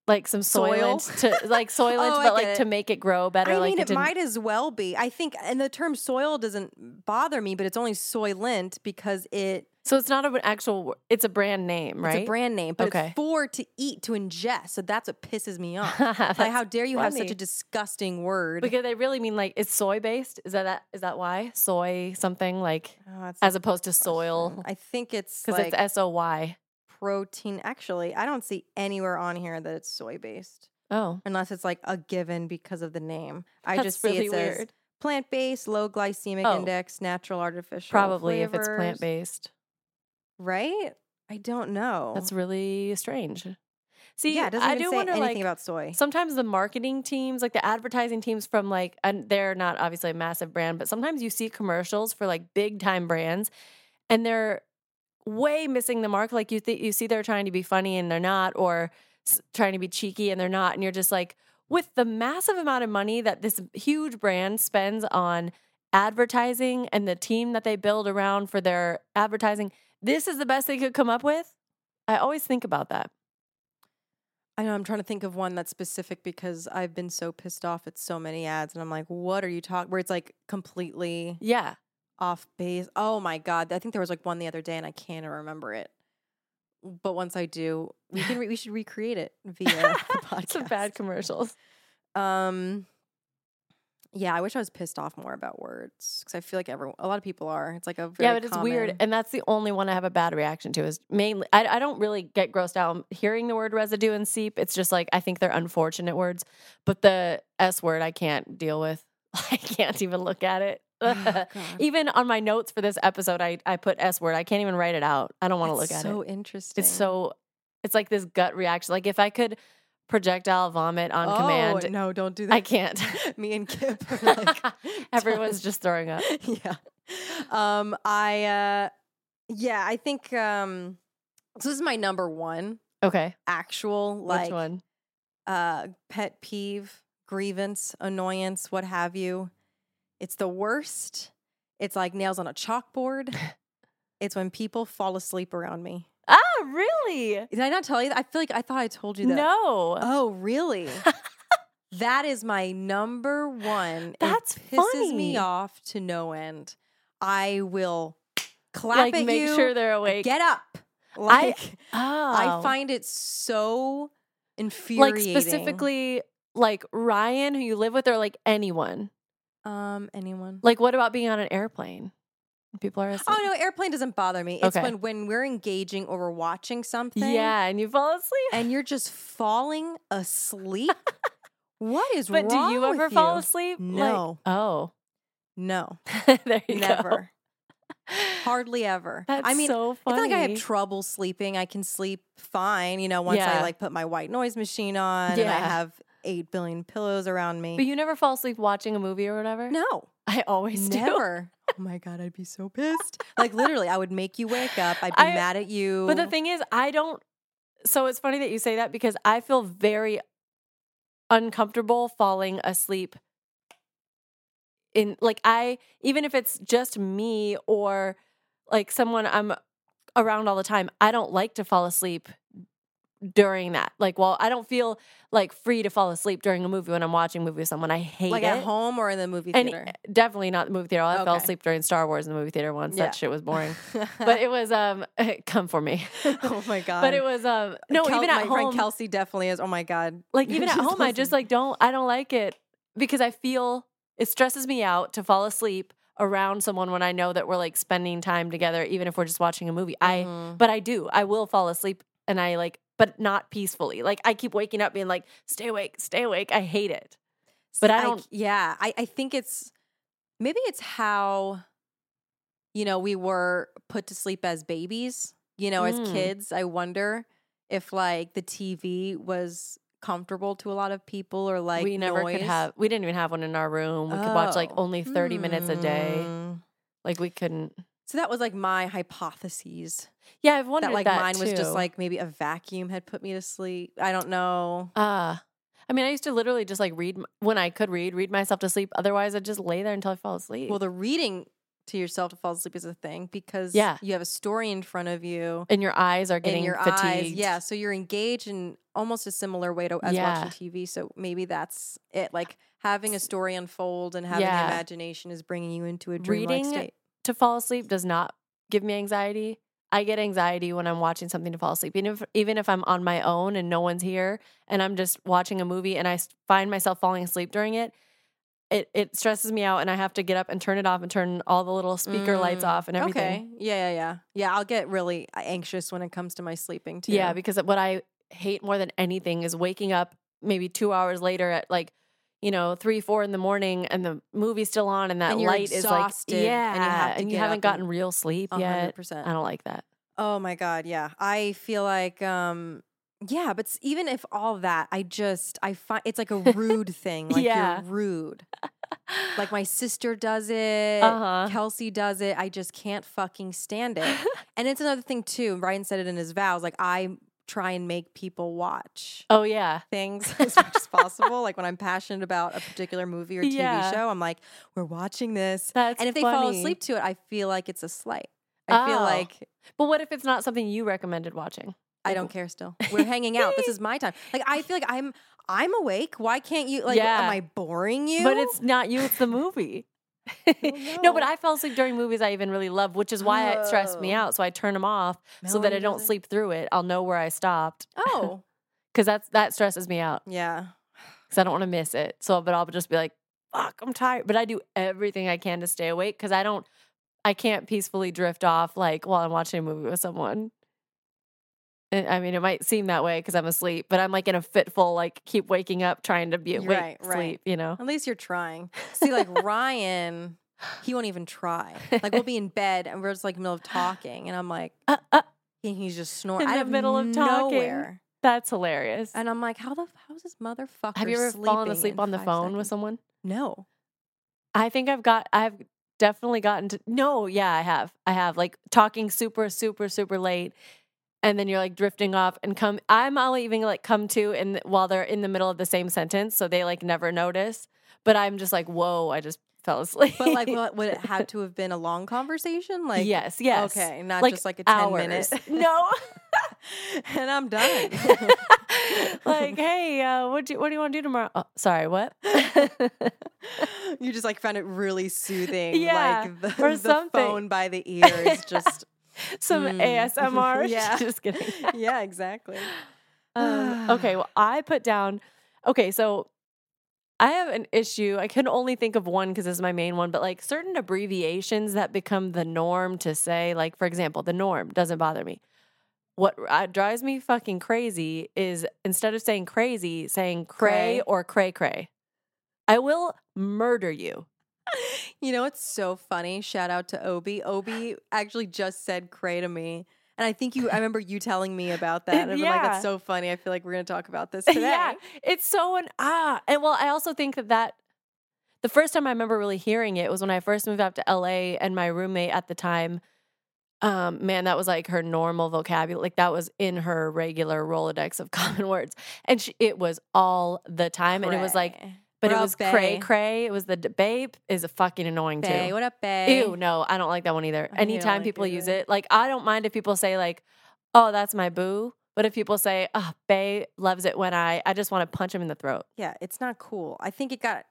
[SPEAKER 1] like some
[SPEAKER 2] Soil?
[SPEAKER 1] soil to like soylent,
[SPEAKER 2] Oh, I
[SPEAKER 1] but
[SPEAKER 2] get
[SPEAKER 1] like to
[SPEAKER 2] it.
[SPEAKER 1] make it grow better.
[SPEAKER 2] I
[SPEAKER 1] like
[SPEAKER 2] mean, it
[SPEAKER 1] didn't-
[SPEAKER 2] might as well be. I think, and the term soil doesn't bother me, but it's only Soylent because it
[SPEAKER 1] So it's not an actual. wor- It's a brand name, right?
[SPEAKER 2] it's a brand name, but
[SPEAKER 1] Okay.
[SPEAKER 2] it's for to eat to ingest. So that's what pisses me off.
[SPEAKER 1] That's
[SPEAKER 2] like, how dare you have such
[SPEAKER 1] funny.
[SPEAKER 2] a disgusting word?
[SPEAKER 1] because they really mean like it's soy based. Is that that is that why soy something like
[SPEAKER 2] Oh, that's
[SPEAKER 1] as
[SPEAKER 2] a
[SPEAKER 1] opposed to
[SPEAKER 2] question.
[SPEAKER 1] soil
[SPEAKER 2] I think it's
[SPEAKER 1] because
[SPEAKER 2] like
[SPEAKER 1] it's S O Y.
[SPEAKER 2] protein. Actually, I don't see anywhere on here that it's soy based,
[SPEAKER 1] Oh,
[SPEAKER 2] unless it's like a given because of the name. I
[SPEAKER 1] that's
[SPEAKER 2] just see
[SPEAKER 1] really
[SPEAKER 2] it says
[SPEAKER 1] weird.
[SPEAKER 2] plant based, low glycemic
[SPEAKER 1] Oh.
[SPEAKER 2] index, natural, artificial.
[SPEAKER 1] Probably if it's
[SPEAKER 2] flavors. Oh.
[SPEAKER 1] plant based.
[SPEAKER 2] right? I don't know.
[SPEAKER 1] That's really strange. See,
[SPEAKER 2] yeah. It doesn't
[SPEAKER 1] I
[SPEAKER 2] even
[SPEAKER 1] do
[SPEAKER 2] say
[SPEAKER 1] wonder
[SPEAKER 2] anything
[SPEAKER 1] like
[SPEAKER 2] about soy.
[SPEAKER 1] sometimes the marketing teams, like the advertising teams from like, and they're not obviously a massive brand, but sometimes you see commercials for like big time brands and they're way missing the mark. Like you, th- you see they're trying to be funny and they're not, or s- trying to be cheeky and they're not. And you're just like, with the massive amount of money that this huge brand spends on advertising and the team that they build around for their advertising, this is the best they could come up with. I always think about that.
[SPEAKER 2] I know I'm trying to think of one that's specific because I've been so pissed off at so many ads, and I'm like, what are you talking? Where it's like completely
[SPEAKER 1] Yeah.
[SPEAKER 2] off base. Oh my god! I think there was like one the other day, and I can't remember it. But once I do, we can re- we should recreate it via the podcast.
[SPEAKER 1] Some bad commercials.
[SPEAKER 2] Um, yeah, I wish I was pissed off more about words because I feel like everyone, a lot of people are. It's like a very
[SPEAKER 1] yeah, but it's weird,
[SPEAKER 2] common-
[SPEAKER 1] and that's the only one I have a bad reaction to. Is mainly I, I don't really get grossed out on hearing the word residue and seep. It's just like I think they're unfortunate words, but the s word I can't deal with. I can't even look at
[SPEAKER 2] Oh,
[SPEAKER 1] it.
[SPEAKER 2] God.
[SPEAKER 1] even on my notes for this episode, I I put s word. I can't even write it out. I don't want to
[SPEAKER 2] That's
[SPEAKER 1] look at
[SPEAKER 2] so
[SPEAKER 1] it.
[SPEAKER 2] interesting.
[SPEAKER 1] It's so it's like this gut reaction. Like if I could projectile vomit on
[SPEAKER 2] oh,
[SPEAKER 1] command,
[SPEAKER 2] No, don't do that.
[SPEAKER 1] I can't.
[SPEAKER 2] Me and Kip are like
[SPEAKER 1] Everyone's just throwing up.
[SPEAKER 2] yeah. Um, I uh, yeah, I think um, so. This is my number one
[SPEAKER 1] Okay,
[SPEAKER 2] actual like
[SPEAKER 1] which one?
[SPEAKER 2] uh pet peeve, grievance, annoyance, what have you. It's the worst. It's like nails on a chalkboard. it's when people fall asleep around me.
[SPEAKER 1] Ah, really?
[SPEAKER 2] Did I not tell you that? I feel like I thought I told you that.
[SPEAKER 1] No.
[SPEAKER 2] Oh, really? that is my number one.
[SPEAKER 1] That's
[SPEAKER 2] it pisses me
[SPEAKER 1] funny.
[SPEAKER 2] off to no end. I will clap
[SPEAKER 1] like
[SPEAKER 2] at
[SPEAKER 1] make
[SPEAKER 2] you.
[SPEAKER 1] sure they're awake.
[SPEAKER 2] get up. Like I
[SPEAKER 1] Oh.
[SPEAKER 2] find it so infuriating.
[SPEAKER 1] like specifically like Ryan who you live with or like anyone.
[SPEAKER 2] um anyone.
[SPEAKER 1] Like what about being on an airplane? People are asleep.
[SPEAKER 2] Oh no, airplane doesn't bother me. It's
[SPEAKER 1] Okay.
[SPEAKER 2] when when we're engaging or we're watching something.
[SPEAKER 1] Yeah, and you fall asleep.
[SPEAKER 2] And you're just falling asleep. what is
[SPEAKER 1] But do
[SPEAKER 2] wrong?
[SPEAKER 1] you ever
[SPEAKER 2] with
[SPEAKER 1] fall
[SPEAKER 2] you?
[SPEAKER 1] asleep? Like-
[SPEAKER 2] No.
[SPEAKER 1] oh.
[SPEAKER 2] No,
[SPEAKER 1] there you go.
[SPEAKER 2] never. Hardly ever.
[SPEAKER 1] That's
[SPEAKER 2] I mean,
[SPEAKER 1] so
[SPEAKER 2] I
[SPEAKER 1] funny.
[SPEAKER 2] feel like I have trouble sleeping. I can sleep fine, you know, once I
[SPEAKER 1] Yeah.
[SPEAKER 2] like put my white noise machine on and I
[SPEAKER 1] Yeah.
[SPEAKER 2] have 8 billion pillows around me.
[SPEAKER 1] but you never fall asleep watching a movie or whatever?
[SPEAKER 2] no,
[SPEAKER 1] I always do.
[SPEAKER 2] never. oh my God, I'd be so pissed. like literally, I would make you wake up. I'd be
[SPEAKER 1] I-
[SPEAKER 2] mad at you.
[SPEAKER 1] But the thing is, I don't. So it's funny that you say that because I feel very uncomfortable falling asleep. In like I even if it's just me or like someone I'm around all the time, I don't like to fall asleep during that. Like, well, I don't feel like free to fall asleep during a movie when I'm watching a movie with someone. I hate
[SPEAKER 2] like
[SPEAKER 1] it.
[SPEAKER 2] at home or in the movie
[SPEAKER 1] And- e,
[SPEAKER 2] theater.
[SPEAKER 1] Definitely not the movie theater. I fell
[SPEAKER 2] Okay.
[SPEAKER 1] asleep during Star Wars in the movie theater once.
[SPEAKER 2] Yeah.
[SPEAKER 1] That shit was boring. but it was um come for me.
[SPEAKER 2] oh my God.
[SPEAKER 1] But it was um no
[SPEAKER 2] Kel-
[SPEAKER 1] even at
[SPEAKER 2] my friend
[SPEAKER 1] home
[SPEAKER 2] Kelsey definitely is. Oh my God.
[SPEAKER 1] like even at
[SPEAKER 2] She's
[SPEAKER 1] home I just
[SPEAKER 2] listening.
[SPEAKER 1] like don't I don't like it because I feel it stresses me out to fall asleep around someone when I know that we're like spending time together even if we're just watching a movie. I
[SPEAKER 2] Mhm.
[SPEAKER 1] but I do. I will fall asleep and I like but not peacefully. Like I keep waking up being like stay awake, stay awake. I hate it. But
[SPEAKER 2] See,
[SPEAKER 1] I don't-
[SPEAKER 2] c- yeah, I, I think it's maybe it's how you know we were put to sleep as babies. You know, as
[SPEAKER 1] Mm.
[SPEAKER 2] kids, I wonder if like the TV was comfortable to a lot of people or like
[SPEAKER 1] we never
[SPEAKER 2] noise.
[SPEAKER 1] could have we didn't even have one in our room. We could watch like
[SPEAKER 2] Oh.
[SPEAKER 1] only 30 minutes a day.
[SPEAKER 2] Mm.
[SPEAKER 1] Like we couldn't.
[SPEAKER 2] So that was like my hypotheses
[SPEAKER 1] Yeah, I've wondered
[SPEAKER 2] that like mine was just
[SPEAKER 1] too.
[SPEAKER 2] like maybe a vacuum had put me to sleep. I don't know.
[SPEAKER 1] Uh, I mean, I used to literally just like read m- when I could read, read myself to sleep. Otherwise, I'd just lay there until I fall asleep.
[SPEAKER 2] Well, the reading to yourself to fall asleep is a thing because
[SPEAKER 1] Yeah.
[SPEAKER 2] you have a story in front of you
[SPEAKER 1] and your eyes are getting
[SPEAKER 2] in your
[SPEAKER 1] fatigued.
[SPEAKER 2] eyes. Yeah, so you're engaged in almost a similar way to as
[SPEAKER 1] Yeah.
[SPEAKER 2] watching TV. So maybe that's it. Like having a story unfold and having
[SPEAKER 1] Yeah.
[SPEAKER 2] the imagination is bringing you into a dreamlike
[SPEAKER 1] Reading
[SPEAKER 2] state.
[SPEAKER 1] to fall asleep does not give me anxiety. I get anxiety when I'm watching something to fall asleep. Even if, even if I'm on my own and no one's here and I'm just watching a movie and I s- find myself falling asleep during it, it it stresses me out and I have to get up and turn it off and turn all the little speaker lights
[SPEAKER 2] Mm,
[SPEAKER 1] off and everything.
[SPEAKER 2] Okay. Yeah, yeah, yeah. Yeah, I'll get really uh, anxious when it comes to my sleeping too.
[SPEAKER 1] Yeah, because what I hate more than anything is waking up maybe two hours later at like, you know, three, four in the morning and the movie's still on and that
[SPEAKER 2] And you're
[SPEAKER 1] light is like,
[SPEAKER 2] exhausted and you
[SPEAKER 1] yeah,
[SPEAKER 2] have
[SPEAKER 1] and you,
[SPEAKER 2] to get
[SPEAKER 1] haven't
[SPEAKER 2] up
[SPEAKER 1] gotten
[SPEAKER 2] and-
[SPEAKER 1] real sleep
[SPEAKER 2] A
[SPEAKER 1] yet.
[SPEAKER 2] hundred percent.
[SPEAKER 1] I don't like that.
[SPEAKER 2] Oh my god, yeah. I feel like um yeah, but s- even if all that, I just I find it's like a rude thing. Like
[SPEAKER 1] Yeah.
[SPEAKER 2] you're rude. Like my sister does it,
[SPEAKER 1] Uh-huh.
[SPEAKER 2] Kelsey does it. I just can't fucking stand it. and it's another thing too. Ryan said it in his vows. Like I try and make people watch
[SPEAKER 1] oh yeah.
[SPEAKER 2] things as much as possible. Like when I'm passionate about a particular movie or TV
[SPEAKER 1] Yeah.
[SPEAKER 2] show, I'm like, we're watching this.
[SPEAKER 1] That's
[SPEAKER 2] and if they fall
[SPEAKER 1] funny.
[SPEAKER 2] asleep to it, I feel like it's a slight. I feel
[SPEAKER 1] Oh.
[SPEAKER 2] like
[SPEAKER 1] But what if it's not something you recommended watching?
[SPEAKER 2] I don't care still. We're hanging out. This is my time. Like I feel like I'm I'm awake. Why can't you like
[SPEAKER 1] Yeah.
[SPEAKER 2] am I boring you?
[SPEAKER 1] But it's not you, it's the movie.
[SPEAKER 2] don't
[SPEAKER 1] no, but
[SPEAKER 2] know.
[SPEAKER 1] I fell asleep during movies I even really love, which is why it stressed me
[SPEAKER 2] Oh.
[SPEAKER 1] out. So I turn them off so that I
[SPEAKER 2] Melanie
[SPEAKER 1] don't
[SPEAKER 2] does it.
[SPEAKER 1] sleep through it. I'll know where I stopped
[SPEAKER 2] Oh.
[SPEAKER 1] because that's that stresses me out.
[SPEAKER 2] Yeah.
[SPEAKER 1] because I don't want to miss it. So, but I'll just be like, fuck, I'm tired. But I do everything I can to stay awake because I don't, I can't peacefully drift off like while I'm watching a movie with someone. And, I mean, it might seem that way because I'm asleep, but I'm like in a fitful, like keep waking up trying to be awake,
[SPEAKER 2] Right, right.
[SPEAKER 1] sleep, you know?
[SPEAKER 2] At least you're trying. See, like Ryan, he won't even try. Like we'll be in bed and we're just like middle of talking and I'm like
[SPEAKER 1] Uh, uh,
[SPEAKER 2] and he's just snoring
[SPEAKER 1] In
[SPEAKER 2] out
[SPEAKER 1] the
[SPEAKER 2] of
[SPEAKER 1] middle of talking.
[SPEAKER 2] nowhere.
[SPEAKER 1] that's hilarious.
[SPEAKER 2] And I'm like, how the how is this motherfucker?
[SPEAKER 1] Have you ever
[SPEAKER 2] sleeping
[SPEAKER 1] fallen
[SPEAKER 2] in
[SPEAKER 1] asleep on the
[SPEAKER 2] five
[SPEAKER 1] phone with
[SPEAKER 2] seconds?"
[SPEAKER 1] someone?
[SPEAKER 2] No.
[SPEAKER 1] I think I've got, I've definitely gotten to, no, yeah, I have. I have like talking super, super, super late. And then you're like drifting off and come, I'm all even like come to and while they're in the middle of the same sentence. So they like never notice. But I'm just like, whoa, I just fell asleep.
[SPEAKER 2] But like what would it have to have been a long conversation? Like
[SPEAKER 1] yes, yes.
[SPEAKER 2] Okay, not
[SPEAKER 1] Like
[SPEAKER 2] just like a ten
[SPEAKER 1] Hours.
[SPEAKER 2] minute.
[SPEAKER 1] no.
[SPEAKER 2] and I'm done.
[SPEAKER 1] like, hey, uh, what do you, what do you want to do tomorrow? Oh, sorry, what?
[SPEAKER 2] you just like found it really soothing.
[SPEAKER 1] Yeah,
[SPEAKER 2] like the,
[SPEAKER 1] or
[SPEAKER 2] the
[SPEAKER 1] something.
[SPEAKER 2] phone by the ear is just.
[SPEAKER 1] Some
[SPEAKER 2] Mm.
[SPEAKER 1] ASMR.
[SPEAKER 2] Yeah.
[SPEAKER 1] just kidding.
[SPEAKER 2] yeah, exactly.
[SPEAKER 1] Um, okay, well, I put down. Okay, so I have an issue. I can only think of one because this is my main one, but like certain abbreviations that become the norm to say, like, for example, the norm doesn't bother me. What uh, drives me fucking crazy is instead of saying crazy, saying cray,
[SPEAKER 2] Cray.
[SPEAKER 1] or cray cray. I will murder you.
[SPEAKER 2] You know it's so funny? Shout out to Obi. Obi actually just said cray to me. And I think you, I remember you telling me about that. And I'm like,
[SPEAKER 1] Yeah.
[SPEAKER 2] that's so funny. I feel like we're going to talk about this today.
[SPEAKER 1] Yeah, it's so an ah. And well, I also think that that the first time I remember really hearing it was when I first moved out to LA, and my roommate at the time, um, man, that was like her normal vocabulary. Like that was in her regular Rolodex of common words, and she, it was all the time. And it was like,
[SPEAKER 2] Cray.
[SPEAKER 1] but
[SPEAKER 2] What
[SPEAKER 1] it
[SPEAKER 2] up,
[SPEAKER 1] was cray
[SPEAKER 2] bae?
[SPEAKER 1] cray. It was the d- babe is a fucking annoying
[SPEAKER 2] Bae,
[SPEAKER 1] too.
[SPEAKER 2] what up, bae?
[SPEAKER 1] Ew, no, I don't like that one either.
[SPEAKER 2] I don't
[SPEAKER 1] Anytime
[SPEAKER 2] like
[SPEAKER 1] people
[SPEAKER 2] it
[SPEAKER 1] use
[SPEAKER 2] either.
[SPEAKER 1] it, like I don't mind if people say like, "Oh, that's my boo," but if people say, "Oh, Bay loves it when I," I just want to punch him in the throat.
[SPEAKER 2] Yeah, it's not cool. I think it got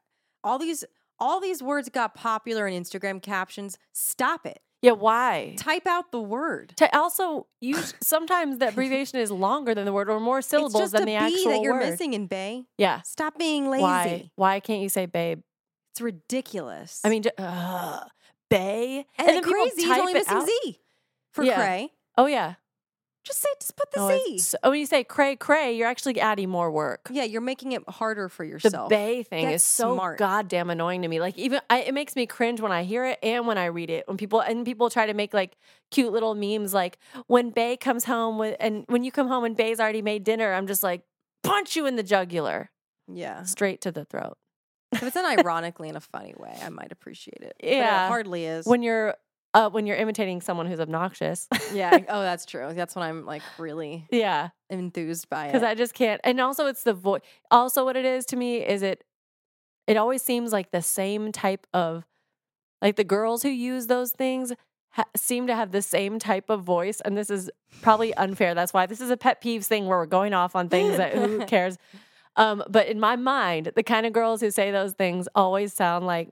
[SPEAKER 2] all these all these words got popular in Instagram captions. Stop it.
[SPEAKER 1] Yeah, why?
[SPEAKER 2] Type out the word.
[SPEAKER 1] To also, you sometimes the abbreviation is longer than the word or more
[SPEAKER 2] It's
[SPEAKER 1] syllables
[SPEAKER 2] just
[SPEAKER 1] than
[SPEAKER 2] a
[SPEAKER 1] the
[SPEAKER 2] B
[SPEAKER 1] actual
[SPEAKER 2] that you're
[SPEAKER 1] word.
[SPEAKER 2] missing in Bay.
[SPEAKER 1] Yeah,
[SPEAKER 2] Stop being lazy.
[SPEAKER 1] why? Why can't you say babe?
[SPEAKER 2] It's ridiculous.
[SPEAKER 1] I mean, ju- ugh, Bay,
[SPEAKER 2] and, then
[SPEAKER 1] people
[SPEAKER 2] crazy is
[SPEAKER 1] type
[SPEAKER 2] only
[SPEAKER 1] it
[SPEAKER 2] missing
[SPEAKER 1] out.
[SPEAKER 2] Z for
[SPEAKER 1] Yeah.
[SPEAKER 2] cray.
[SPEAKER 1] Oh yeah,
[SPEAKER 2] Just say, just put the
[SPEAKER 1] oh,
[SPEAKER 2] Z.
[SPEAKER 1] it's- so- when you say cray cray, you're actually adding more work.
[SPEAKER 2] Yeah, you're making it harder for
[SPEAKER 1] The
[SPEAKER 2] yourself.
[SPEAKER 1] bay thing
[SPEAKER 2] Get
[SPEAKER 1] is so
[SPEAKER 2] smart.
[SPEAKER 1] goddamn annoying to me. Like even I, it makes me cringe when I hear it and when I read it. When people and people try to make like cute little memes, like when Bay comes home with and when you come home and Bay's already made dinner, I'm just like punch you in the jugular,
[SPEAKER 2] yeah.
[SPEAKER 1] straight to the throat.
[SPEAKER 2] If it's done ironically in a funny way, I might appreciate it. But
[SPEAKER 1] Yeah.
[SPEAKER 2] it hardly is.
[SPEAKER 1] When you're uh, when you're imitating someone who's obnoxious,
[SPEAKER 2] yeah. Oh, that's true. That's when I'm like really
[SPEAKER 1] yeah,
[SPEAKER 2] enthused by it.
[SPEAKER 1] because I just can't. And also, it's the voice. Also, what it is to me is it. It always seems like the same type of Like the girls who use those things ha- seem to have the same type of voice, and this is probably unfair. That's why this is a pet peeves thing where we're going off on things that who cares. Um, but in my mind, the kind of girls who say those things always sound like.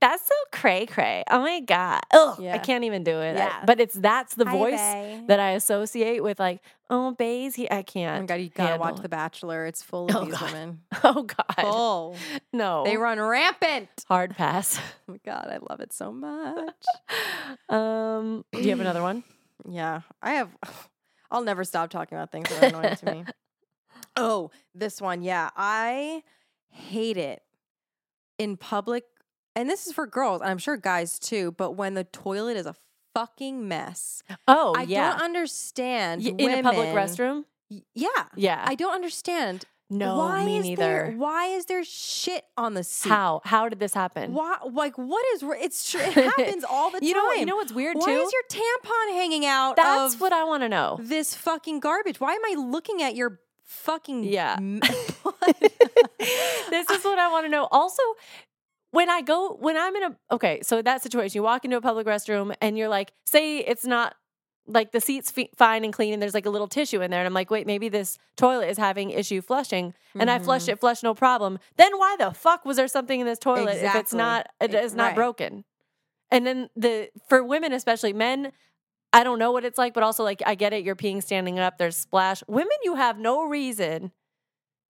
[SPEAKER 1] That's so cray cray. Oh my god! Ugh, I
[SPEAKER 2] Yeah.
[SPEAKER 1] can't even do it. I-
[SPEAKER 2] Yeah.
[SPEAKER 1] but it's that's the
[SPEAKER 3] Hi,
[SPEAKER 1] voice
[SPEAKER 3] bae.
[SPEAKER 1] that I associate with like, oh, Baze, he, I
[SPEAKER 2] Oh
[SPEAKER 1] can't.
[SPEAKER 2] my god, you gotta watch
[SPEAKER 1] handle
[SPEAKER 2] The Bachelor. It's full of
[SPEAKER 1] Oh,
[SPEAKER 2] these
[SPEAKER 1] God.
[SPEAKER 2] women.
[SPEAKER 1] Oh God,
[SPEAKER 2] Full.
[SPEAKER 1] no,
[SPEAKER 2] They run rampant.
[SPEAKER 1] hard pass.
[SPEAKER 2] Oh my god, I love it so much.
[SPEAKER 1] Um, do you have another one?
[SPEAKER 2] Yeah, I have. I'll never stop talking about things that are annoying to me. Oh, this one. Yeah, I hate it in public, and this is for girls, and I'm sure guys too. But when the toilet is a fucking mess,
[SPEAKER 1] Oh
[SPEAKER 2] I
[SPEAKER 1] yeah,
[SPEAKER 2] don't understand.
[SPEAKER 1] Y- in a public
[SPEAKER 2] women-
[SPEAKER 1] restroom.
[SPEAKER 2] Y- Yeah,
[SPEAKER 1] Yeah,
[SPEAKER 2] I don't understand.
[SPEAKER 1] no,
[SPEAKER 2] why
[SPEAKER 1] me
[SPEAKER 2] is
[SPEAKER 1] neither.
[SPEAKER 2] there? Why is there shit on the seat?
[SPEAKER 1] How how did this happen?
[SPEAKER 2] Why? Like, what is? wr- It's sure it happens all the
[SPEAKER 1] you
[SPEAKER 2] time.
[SPEAKER 1] know what? You know what's weird
[SPEAKER 2] why
[SPEAKER 1] too.
[SPEAKER 2] is your tampon hanging out?
[SPEAKER 1] That's
[SPEAKER 2] of-
[SPEAKER 1] what I want to know.
[SPEAKER 2] this fucking garbage. Why am I looking at your fucking
[SPEAKER 1] Yeah.
[SPEAKER 2] m-
[SPEAKER 1] this is what I want to know. Also, when I go, when I'm in a, okay, so that situation, you walk into a public restroom and you're like, say it's not like the seat's fe- fine and clean and there's like a little tissue in there. And I'm like, wait, maybe this toilet is having issue flushing. And I flush
[SPEAKER 2] Mm-hmm.
[SPEAKER 1] it, flush, no problem. Then why the fuck was there something in this toilet if it's
[SPEAKER 2] Exactly.
[SPEAKER 1] not, it
[SPEAKER 2] It-
[SPEAKER 1] is not
[SPEAKER 2] right.
[SPEAKER 1] broken? And then the, for women especially, men, I don't know what it's like, but also like I get it. You're peeing standing up. There's splash. Women, you have no reason,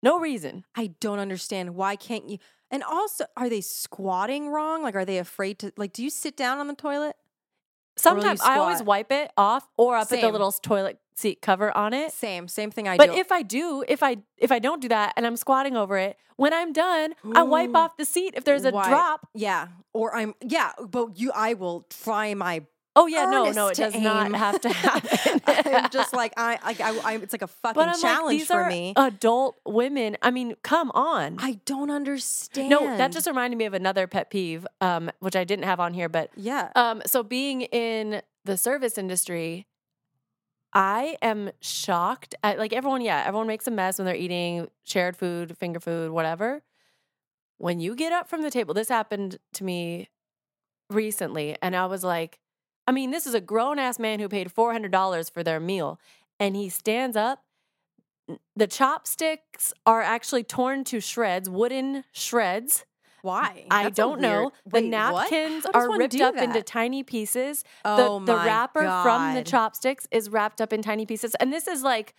[SPEAKER 1] no reason.
[SPEAKER 2] I don't understand. Why can't you? And also, are they squatting wrong? Like, are they afraid to? Like, do you sit down on the toilet? will you
[SPEAKER 1] Sometimes I always
[SPEAKER 2] squat?
[SPEAKER 1] wipe it off, or I put the
[SPEAKER 2] Same.
[SPEAKER 1] little s- toilet seat cover on it.
[SPEAKER 2] Same, same thing. I
[SPEAKER 1] but
[SPEAKER 2] do.
[SPEAKER 1] if I do, if I if I don't do that, and I'm squatting over it, when I'm done, I wipe off the seat if there's a
[SPEAKER 2] Why-
[SPEAKER 1] drop.
[SPEAKER 2] yeah, or I'm yeah, but you, I will try my.
[SPEAKER 1] Oh yeah, no, no, it
[SPEAKER 2] earnest to
[SPEAKER 1] does not
[SPEAKER 2] aim.
[SPEAKER 1] have to happen.
[SPEAKER 2] I'm just like I, like I, I it's like a fucking
[SPEAKER 1] but I'm like,
[SPEAKER 2] challenge
[SPEAKER 1] these
[SPEAKER 2] for
[SPEAKER 1] are
[SPEAKER 2] me.
[SPEAKER 1] adult women. I mean, come on.
[SPEAKER 2] I don't understand.
[SPEAKER 1] no, that just reminded me of another pet peeve, um, which I didn't have on here, but
[SPEAKER 2] yeah.
[SPEAKER 1] Um, so being in the service industry, I am shocked at like everyone, yeah, everyone makes a mess when they're eating shared food, finger food, whatever. When you get up from the table, this happened to me recently, and I was like, I mean, this is a grown ass man who paid $400 for their meal, and he stands up. The chopsticks are actually torn to shreds, wooden shreds.
[SPEAKER 2] Why?
[SPEAKER 1] I
[SPEAKER 2] That's a
[SPEAKER 1] don't know.
[SPEAKER 2] weird-
[SPEAKER 1] the
[SPEAKER 2] Wait, what?
[SPEAKER 1] napkins
[SPEAKER 2] How does
[SPEAKER 1] are
[SPEAKER 2] one
[SPEAKER 1] ripped
[SPEAKER 2] do
[SPEAKER 1] up into
[SPEAKER 2] that?
[SPEAKER 1] tiny pieces. The,
[SPEAKER 2] Oh
[SPEAKER 1] the
[SPEAKER 2] my
[SPEAKER 1] wrapper from the
[SPEAKER 2] God.
[SPEAKER 1] chopsticks is wrapped up in tiny pieces. And this is like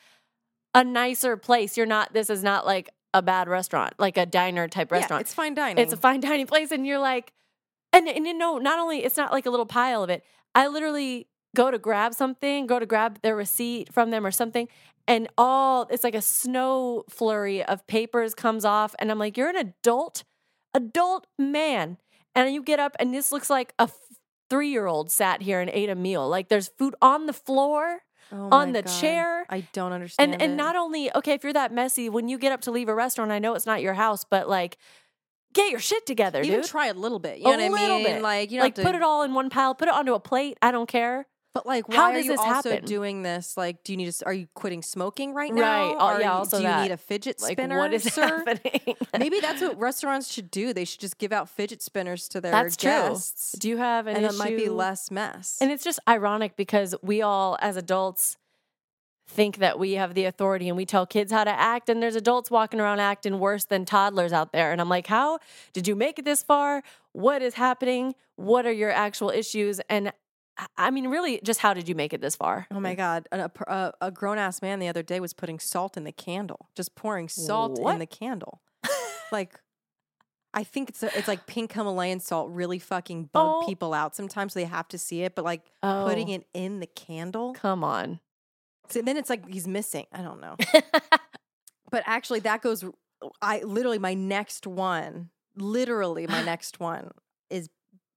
[SPEAKER 1] a nicer place. You're not, this is not like a bad restaurant, like a diner type
[SPEAKER 2] Yeah,
[SPEAKER 1] restaurant.
[SPEAKER 2] it's fine dining.
[SPEAKER 1] it's, a fine dining place. And you're like, and, and you know, not only, it's not like a little pile of it. I literally go to grab something, go to grab their receipt from them or something. And all, it's like a snow flurry of papers comes off. And I'm like, you're an adult adult man and you get up and this looks like a three year old sat here and ate a meal like there's food on the floor
[SPEAKER 2] Oh
[SPEAKER 1] on
[SPEAKER 2] my
[SPEAKER 1] the chair.
[SPEAKER 2] I don't understand.
[SPEAKER 1] and and
[SPEAKER 2] it.
[SPEAKER 1] not only okay if you're that messy when you get up to leave a restaurant i know it's not your house but like get your shit together
[SPEAKER 2] even
[SPEAKER 1] dude
[SPEAKER 2] try a little bit. You
[SPEAKER 1] A
[SPEAKER 2] know what I
[SPEAKER 1] little
[SPEAKER 2] mean?
[SPEAKER 1] bit.
[SPEAKER 2] Like you don't
[SPEAKER 1] like
[SPEAKER 2] have to,
[SPEAKER 1] put it all in one pile put it onto a plate i don't care
[SPEAKER 2] But like, why
[SPEAKER 1] How
[SPEAKER 2] are
[SPEAKER 1] does
[SPEAKER 2] you
[SPEAKER 1] this
[SPEAKER 2] also
[SPEAKER 1] happen?
[SPEAKER 2] doing this? Like, do you need? To, s- are you quitting smoking right
[SPEAKER 1] Right.
[SPEAKER 2] now?
[SPEAKER 1] Oh,
[SPEAKER 2] Are
[SPEAKER 1] yeah,
[SPEAKER 2] you-
[SPEAKER 1] also
[SPEAKER 2] do you
[SPEAKER 1] that.
[SPEAKER 2] need a fidget
[SPEAKER 1] like
[SPEAKER 2] spinner?
[SPEAKER 1] what is
[SPEAKER 2] sir?
[SPEAKER 1] happening
[SPEAKER 2] Maybe that's what restaurants should do. They should just give out fidget spinners to their
[SPEAKER 1] that's true
[SPEAKER 2] guests,
[SPEAKER 1] do you have an
[SPEAKER 2] and it might be
[SPEAKER 1] issue?
[SPEAKER 2] less mess.
[SPEAKER 1] And it's just ironic because we all, as adults, think that we have the authority and we tell kids how to act. And there's adults walking around acting worse than toddlers out there. And I'm like, how did you make it this far? What is happening? What are your actual issues? And I- I mean, really, just how did you make it this far?
[SPEAKER 2] oh my god, a, a- a, a grown ass man the other day was putting salt in the candle, just pouring salt
[SPEAKER 1] What?
[SPEAKER 2] in the candle, like. I think it's it's like pink Himalayan salt really fucking bug
[SPEAKER 1] Oh.
[SPEAKER 2] people out sometimes. They have to see it, but like
[SPEAKER 1] Oh,
[SPEAKER 2] putting it in the candle.
[SPEAKER 1] Come on.
[SPEAKER 2] So then it's like he's missing. I don't know. But actually, that goes. I literally my next one, literally my next one is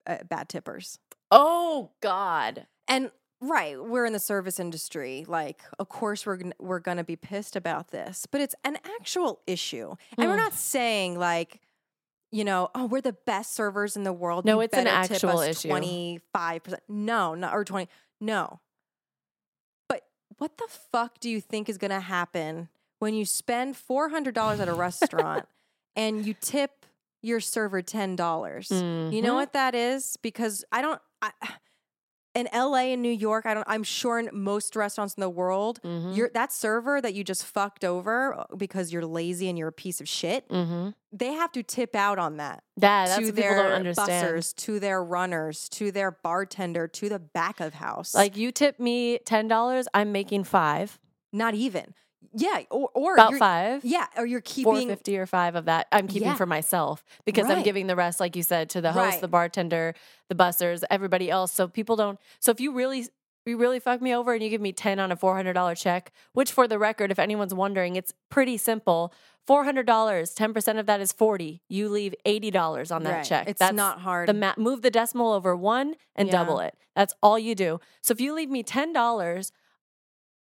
[SPEAKER 2] uh, bad tippers.
[SPEAKER 1] oh, God.
[SPEAKER 2] And right, we're in the service industry. Like, of course we're gonna, we're gonna be pissed about this, but it's an actual issue, and we're
[SPEAKER 1] Mm.
[SPEAKER 2] not saying like. You know, oh, we're the best servers in the world.
[SPEAKER 1] No,
[SPEAKER 2] you
[SPEAKER 1] it's an
[SPEAKER 2] better tip
[SPEAKER 1] actual
[SPEAKER 2] us
[SPEAKER 1] issue.
[SPEAKER 2] 25%. No, not or 20. No. But what the fuck do you think is going to happen when you spend $400 at a restaurant and you tip your server ten dollars. You
[SPEAKER 1] Mhm.
[SPEAKER 2] know what that is? Because I don't. I, in LA and New York, I don't. I'm sure in most restaurants in the world,
[SPEAKER 1] Mhm.
[SPEAKER 2] your that server that you just fucked over uh, because you're lazy and you're a piece of shit.
[SPEAKER 1] Mhm.
[SPEAKER 2] They have to tip out on that
[SPEAKER 1] Yeah, that's
[SPEAKER 2] to
[SPEAKER 1] what people don't
[SPEAKER 2] their
[SPEAKER 1] understand.
[SPEAKER 2] bussers, to their runners, to their bartender, to the back of house.
[SPEAKER 1] Like you tip me ten dollars, I'm making five,
[SPEAKER 2] not even. Yeah, or or
[SPEAKER 1] about
[SPEAKER 2] you're-
[SPEAKER 1] five,
[SPEAKER 2] Yeah, or you're
[SPEAKER 1] four
[SPEAKER 2] keeping
[SPEAKER 1] fifty or five of that. I'm keeping
[SPEAKER 2] Yeah.
[SPEAKER 1] for myself because I'm
[SPEAKER 2] Right.
[SPEAKER 1] giving the rest, like you said, to the host,
[SPEAKER 2] Right.
[SPEAKER 1] the bartender, the bussers, everybody else. So people don't. So if you really. You really fuck me over, and you give me ten on a four hundred dollar check. Which, for the record, if anyone's wondering, it's pretty simple. Four hundred dollars, ten percent of that is forty. You leave eighty dollars on that
[SPEAKER 2] Right.
[SPEAKER 1] check.
[SPEAKER 2] It's
[SPEAKER 1] That's
[SPEAKER 2] not hard.
[SPEAKER 1] the ma- move the decimal over one and
[SPEAKER 2] Yeah.
[SPEAKER 1] double it. That's all you do. So if you leave me ten dollars,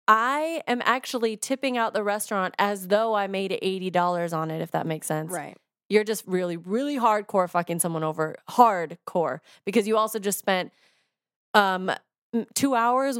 [SPEAKER 1] I am actually tipping out the restaurant as though I made eighty dollars on it. If that makes sense,
[SPEAKER 2] right.
[SPEAKER 1] You're just really, really hardcore fucking someone over, hardcore, because you also just spent um m- two hours.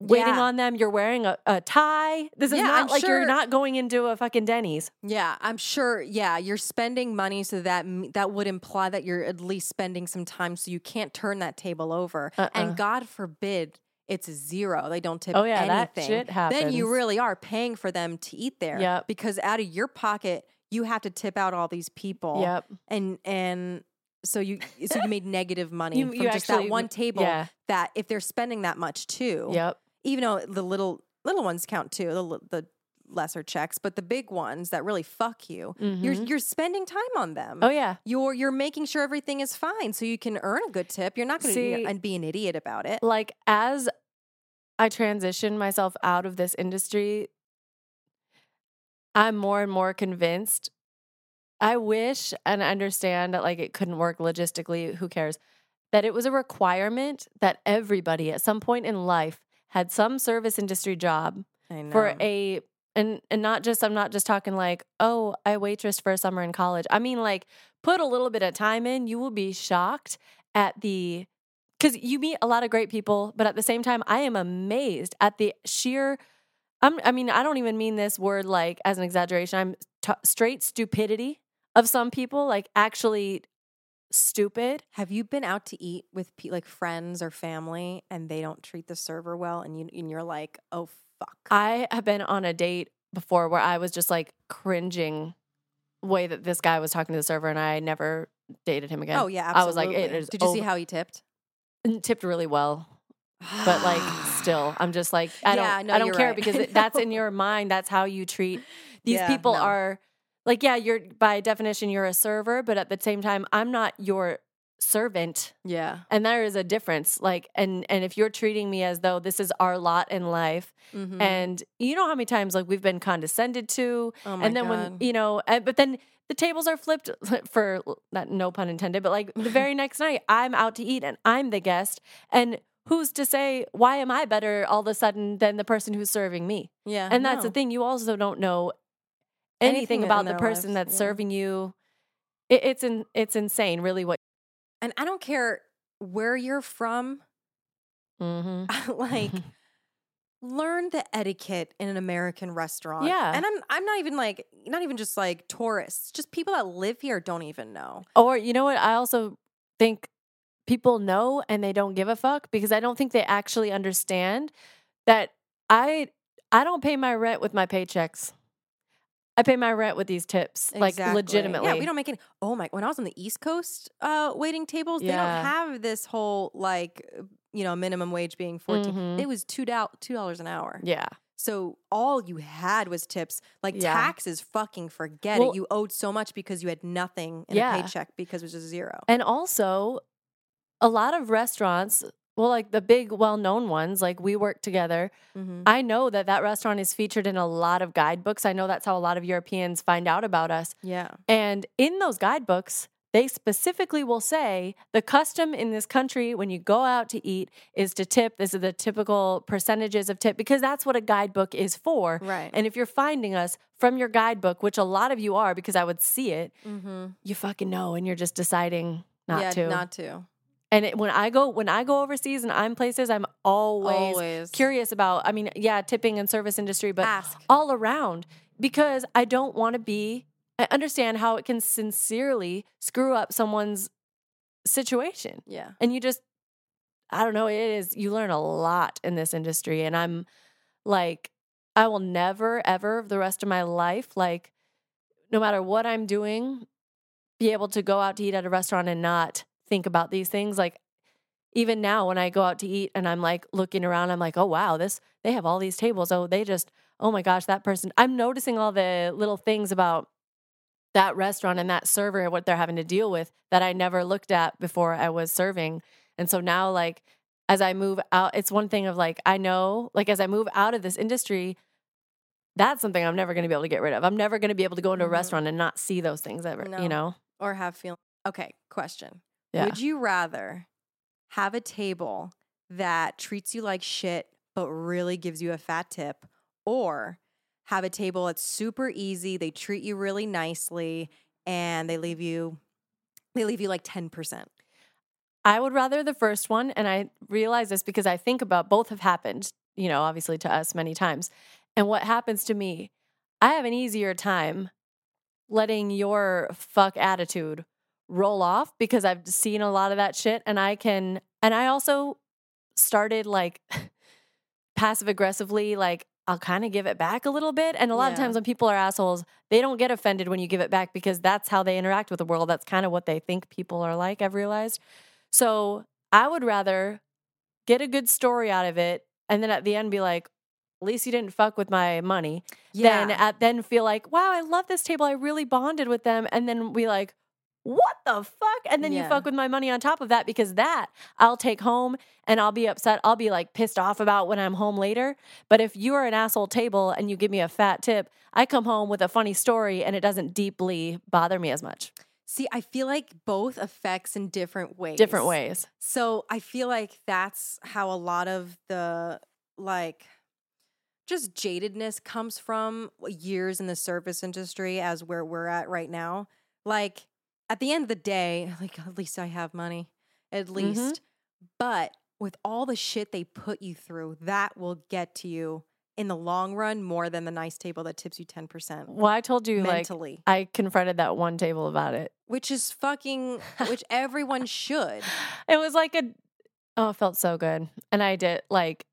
[SPEAKER 1] Waiting
[SPEAKER 2] Yeah.
[SPEAKER 1] on them, you're wearing a, a tie. This is
[SPEAKER 2] Yeah,
[SPEAKER 1] not
[SPEAKER 2] I'm
[SPEAKER 1] like you're
[SPEAKER 2] sure-
[SPEAKER 1] not going into a fucking Denny's.
[SPEAKER 2] Yeah, I'm sure. Yeah, you're spending money, so that m- that would imply that you're at least spending some time, so you can't turn that table over.
[SPEAKER 1] Uh-uh.
[SPEAKER 2] And God forbid it's zero; they don't tip.
[SPEAKER 1] Oh, yeah, that
[SPEAKER 2] anything.
[SPEAKER 1] shit
[SPEAKER 2] Then
[SPEAKER 1] happens.
[SPEAKER 2] you really are paying for them to eat there.
[SPEAKER 1] Yep.
[SPEAKER 2] because out of your pocket, you have to tip out all these people.
[SPEAKER 1] Yep.
[SPEAKER 2] and and so you so you made negative money
[SPEAKER 1] You-
[SPEAKER 2] from
[SPEAKER 1] you
[SPEAKER 2] just
[SPEAKER 1] actually-
[SPEAKER 2] that one table.
[SPEAKER 1] yeah.
[SPEAKER 2] That if they're spending that much too.
[SPEAKER 1] Yep.
[SPEAKER 2] even though the little little ones count too, the l- the lesser checks, but the big ones that really fuck you, you're
[SPEAKER 1] Mhm.
[SPEAKER 2] you're spending time on them.
[SPEAKER 1] Oh yeah.
[SPEAKER 2] You're you're making sure everything is fine, so you can earn a good tip. You're not going
[SPEAKER 1] See-
[SPEAKER 2] to be an idiot about it.
[SPEAKER 1] like as I transition myself out of this industry, I'm more and more convinced. I wish and I understand that like it couldn't work logistically, who cares? That it was a requirement that everybody at some point in life had some service industry job
[SPEAKER 2] I know.
[SPEAKER 1] for a and and not just I'm not just talking like, oh, I waitressed for a summer in college. I mean like put a little bit of time in, you will be shocked at the cuz you meet a lot of great people, but at the same time I am amazed at the sheer I'm I mean I don't even mean this word like as an exaggeration. I'm t- straight stupidity of some people like actually stupid.
[SPEAKER 2] have you been out to eat with pe- like friends or family, and they don't treat the server well, and you and you're like, oh fuck,
[SPEAKER 1] I have been on a date before where I was just like cringing way that this guy was talking to the server and I never dated him again.
[SPEAKER 2] oh yeah,
[SPEAKER 1] I was like, it
[SPEAKER 2] absolutely.
[SPEAKER 1] is
[SPEAKER 2] Did you see
[SPEAKER 1] over-
[SPEAKER 2] how he tipped?
[SPEAKER 1] And tipped really well. But like still, I'm just like I don't
[SPEAKER 2] Yeah, no,
[SPEAKER 1] I don't
[SPEAKER 2] you're
[SPEAKER 1] care
[SPEAKER 2] right.
[SPEAKER 1] because
[SPEAKER 2] I
[SPEAKER 1] it, that's in
[SPEAKER 2] know.
[SPEAKER 1] your mind. That's how you treat these
[SPEAKER 2] Yeah,
[SPEAKER 1] people
[SPEAKER 2] no.
[SPEAKER 1] are like yeah, you're by definition you're a server, but at the same time I'm not your servant.
[SPEAKER 2] yeah,
[SPEAKER 1] And there is a difference like and and if you're treating me as though this is our lot in life
[SPEAKER 2] Mhm.
[SPEAKER 1] and you know how many times like we've been condescended to
[SPEAKER 2] oh my
[SPEAKER 1] and then
[SPEAKER 2] God.
[SPEAKER 1] when you know uh, but then the tables are flipped for not no pun intended but like the very next night i'm out to eat and i'm the guest and who's to say why am i better all of a sudden than the person who's serving me
[SPEAKER 2] yeah,
[SPEAKER 1] and that's the
[SPEAKER 2] no.
[SPEAKER 1] thing you also don't know anything,
[SPEAKER 2] Anything
[SPEAKER 1] about
[SPEAKER 2] in
[SPEAKER 1] the
[SPEAKER 2] their
[SPEAKER 1] person
[SPEAKER 2] lives,
[SPEAKER 1] that's
[SPEAKER 2] yeah.
[SPEAKER 1] serving you it, it's in, it's insane really what
[SPEAKER 2] and I don't care where you're from, Mm-hmm.
[SPEAKER 1] hmm
[SPEAKER 2] like learn the etiquette in an American restaurant.
[SPEAKER 1] Yeah.
[SPEAKER 2] And I'm I'm not even like not even just like tourists, just people that live here don't even know.
[SPEAKER 1] Or you know what? I also think people know and they don't give a fuck because I don't think they actually understand that I I don't pay my rent with my paychecks. I pay my rent with these tips, like
[SPEAKER 2] Exactly.
[SPEAKER 1] legitimately.
[SPEAKER 2] Yeah, we don't make any Oh my when I was on the East Coast uh waiting tables,
[SPEAKER 1] Yeah.
[SPEAKER 2] they don't have this whole like uh, you know, minimum wage being 14.
[SPEAKER 1] Mhm.
[SPEAKER 2] It was two dollars two dollars an hour.
[SPEAKER 1] Yeah,
[SPEAKER 2] So all you had was tips. Like
[SPEAKER 1] Yeah.
[SPEAKER 2] taxes, fucking forget
[SPEAKER 1] Well-
[SPEAKER 2] it. You owed so much because you had nothing in
[SPEAKER 1] Yeah.
[SPEAKER 2] a paycheck because it was just zero.
[SPEAKER 1] and also a lot of restaurants. Well, like the big, well-known ones, like we work together.
[SPEAKER 2] Mhm.
[SPEAKER 1] I know that that restaurant is featured in a lot of guidebooks. I know that's how a lot of Europeans find out about us.
[SPEAKER 2] Yeah.
[SPEAKER 1] And in those guidebooks, they specifically will say the custom in this country when you go out to eat is to tip. This is the typical percentages of tip because that's what a guidebook is for.
[SPEAKER 2] Right.
[SPEAKER 1] And if you're finding us from your guidebook, which a lot of you are because I would see it,
[SPEAKER 2] mm-hmm.
[SPEAKER 1] you fucking know and you're just deciding not
[SPEAKER 2] yeah,
[SPEAKER 1] to.
[SPEAKER 2] Not to.
[SPEAKER 1] and it, when I go when I go overseas and I'm places, I'm always,
[SPEAKER 2] Always.
[SPEAKER 1] curious about I mean, yeah, tipping and service industry, but
[SPEAKER 2] Ask.
[SPEAKER 1] all around because I don't want to be I understand how it can sincerely screw up someone's situation.
[SPEAKER 2] Yeah.
[SPEAKER 1] And you just, I don't know, it is, you learn a lot in this industry. And I'm like, I will never, ever, the rest of my life, like, no matter what I'm doing, be able to go out to eat at a restaurant and not think about these things. Like, even now when I go out to eat and I'm like looking around, I'm like, oh, wow, this, they have all these tables. Oh, they just, oh my gosh, that person. I'm noticing all the little things about that restaurant and that server and what they're having to deal with that I never looked at before I was serving. And so now, like, as I move out, it's one thing of like, I know, like, as I move out of this industry, that's something I'm never going to be able to get rid of. I'm never going to be able to go into a
[SPEAKER 2] Mhm.
[SPEAKER 1] restaurant and not see those things ever,
[SPEAKER 2] No.
[SPEAKER 1] you know?
[SPEAKER 2] Or have feeling. Okay. Question.
[SPEAKER 1] Yeah.
[SPEAKER 2] Would you rather have a table that treats you like shit but really gives you a fat tip or have a table that's super easy, they treat you really nicely and they leave you they leave you like 10%.
[SPEAKER 1] I would rather the first one, and I realize this because I think about both have happened, you know, obviously to us many times. And what happens to me, I have an easier time letting your fuck attitude roll off because I've seen a lot of that shit and I can and I also started like passive aggressively like I'll kind of give it back a little bit and a lot of
[SPEAKER 2] Yeah.
[SPEAKER 1] times when people are assholes they don't get offended when you give it back because that's how they interact with the world that's kind of what they think people are like I've realized so I would rather get a good story out of it and then at the end be like at least you didn't fuck with my money then at then feel like, wow, I love this table. I really bonded with them. And then we like, what the fuck? And then you
[SPEAKER 2] Yeah.
[SPEAKER 1] fuck with my money on top of that because that I'll take home and I'll be upset. I'll be like pissed off about when I'm home later. But if you are an asshole table and you give me a fat tip, I come home with a funny story and it doesn't deeply bother me as much.
[SPEAKER 2] See, I feel like both affects in different ways.
[SPEAKER 1] Different ways.
[SPEAKER 2] So I feel like that's how a lot of the like just jadedness comes from years in the service industry as where we're at right now. Like at the end of the day, like at least I have money.
[SPEAKER 1] Mm-hmm.
[SPEAKER 2] At least. But with all the shit they put you through, that will get to you in the long run more than the nice table that tips you 10%
[SPEAKER 1] Well, I told you like
[SPEAKER 2] mentally.
[SPEAKER 1] I confronted that one table about it.
[SPEAKER 2] which is fucking which everyone should.
[SPEAKER 1] It was like a oh, it felt so good. And I did like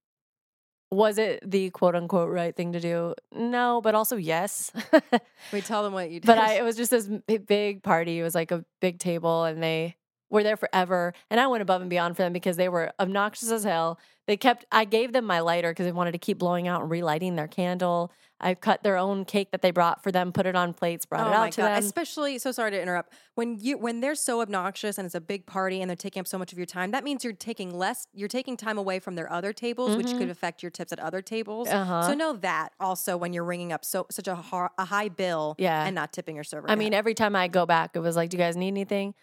[SPEAKER 1] was it the quote unquote right thing to do? No, but also yes.
[SPEAKER 2] We tell them what you did.
[SPEAKER 1] but I it was just this m- big party. It was like a big table and they were there forever. And I went above and beyond for them because they were obnoxious as hell. They kept I gave them my lighter because they wanted to keep blowing out and relighting their candle. I cut their own cake that they brought for them, put it on plates, brought it
[SPEAKER 2] Oh
[SPEAKER 1] out to them.
[SPEAKER 2] Especially so sorry to interrupt. When you when they're so obnoxious and it's a big party and they're taking up so much of your time, that means you're taking less you're taking time away from their other tables, which could affect your tips at other tables.
[SPEAKER 1] Mm-hmm. Uh-huh.
[SPEAKER 2] So know that also when you're ringing up so such a, har- a high bill
[SPEAKER 1] Yeah.
[SPEAKER 2] and not tipping your server.
[SPEAKER 1] I mean, every time I go back, it was like, "Do you guys need anything?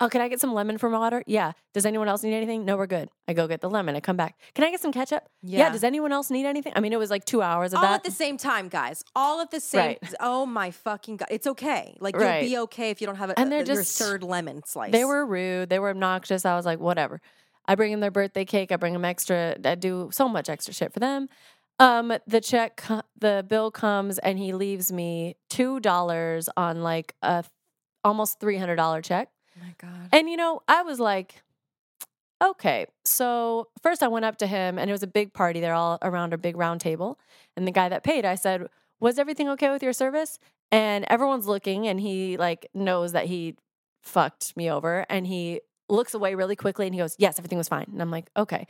[SPEAKER 1] Oh, can I get some lemon for my water? Yeah. Does anyone else need anything? No, we're good. I go get the lemon. I come back. Can I get some ketchup?
[SPEAKER 2] Yeah. Oh,
[SPEAKER 1] Does anyone else need anything? I mean, it was like two hours of
[SPEAKER 2] all
[SPEAKER 1] that.
[SPEAKER 2] at the same time, guys. All at the same.
[SPEAKER 1] Right.
[SPEAKER 2] Oh my fucking god! It's okay. Like
[SPEAKER 1] Right.
[SPEAKER 2] you'll be okay if you don't have a, uh,
[SPEAKER 1] And they're
[SPEAKER 2] your
[SPEAKER 1] just-
[SPEAKER 2] third lemon slice.
[SPEAKER 1] They were rude. They were obnoxious. I was like, whatever. I bring them their birthday cake. I bring them extra. I do so much extra shit for them. Um, the check, co- the bill comes, and he leaves me two dollars on like a th- almost three hundred dollar check.
[SPEAKER 2] Oh my god.
[SPEAKER 1] And you know, I was like, okay. So first I went up to him and it was a big party. They're all around a big round table. And the guy that paid, I said, Was everything okay with your service? And everyone's looking and he like knows that he fucked me over and he looks away really quickly and he goes, Yes, everything was fine. And I'm like, okay.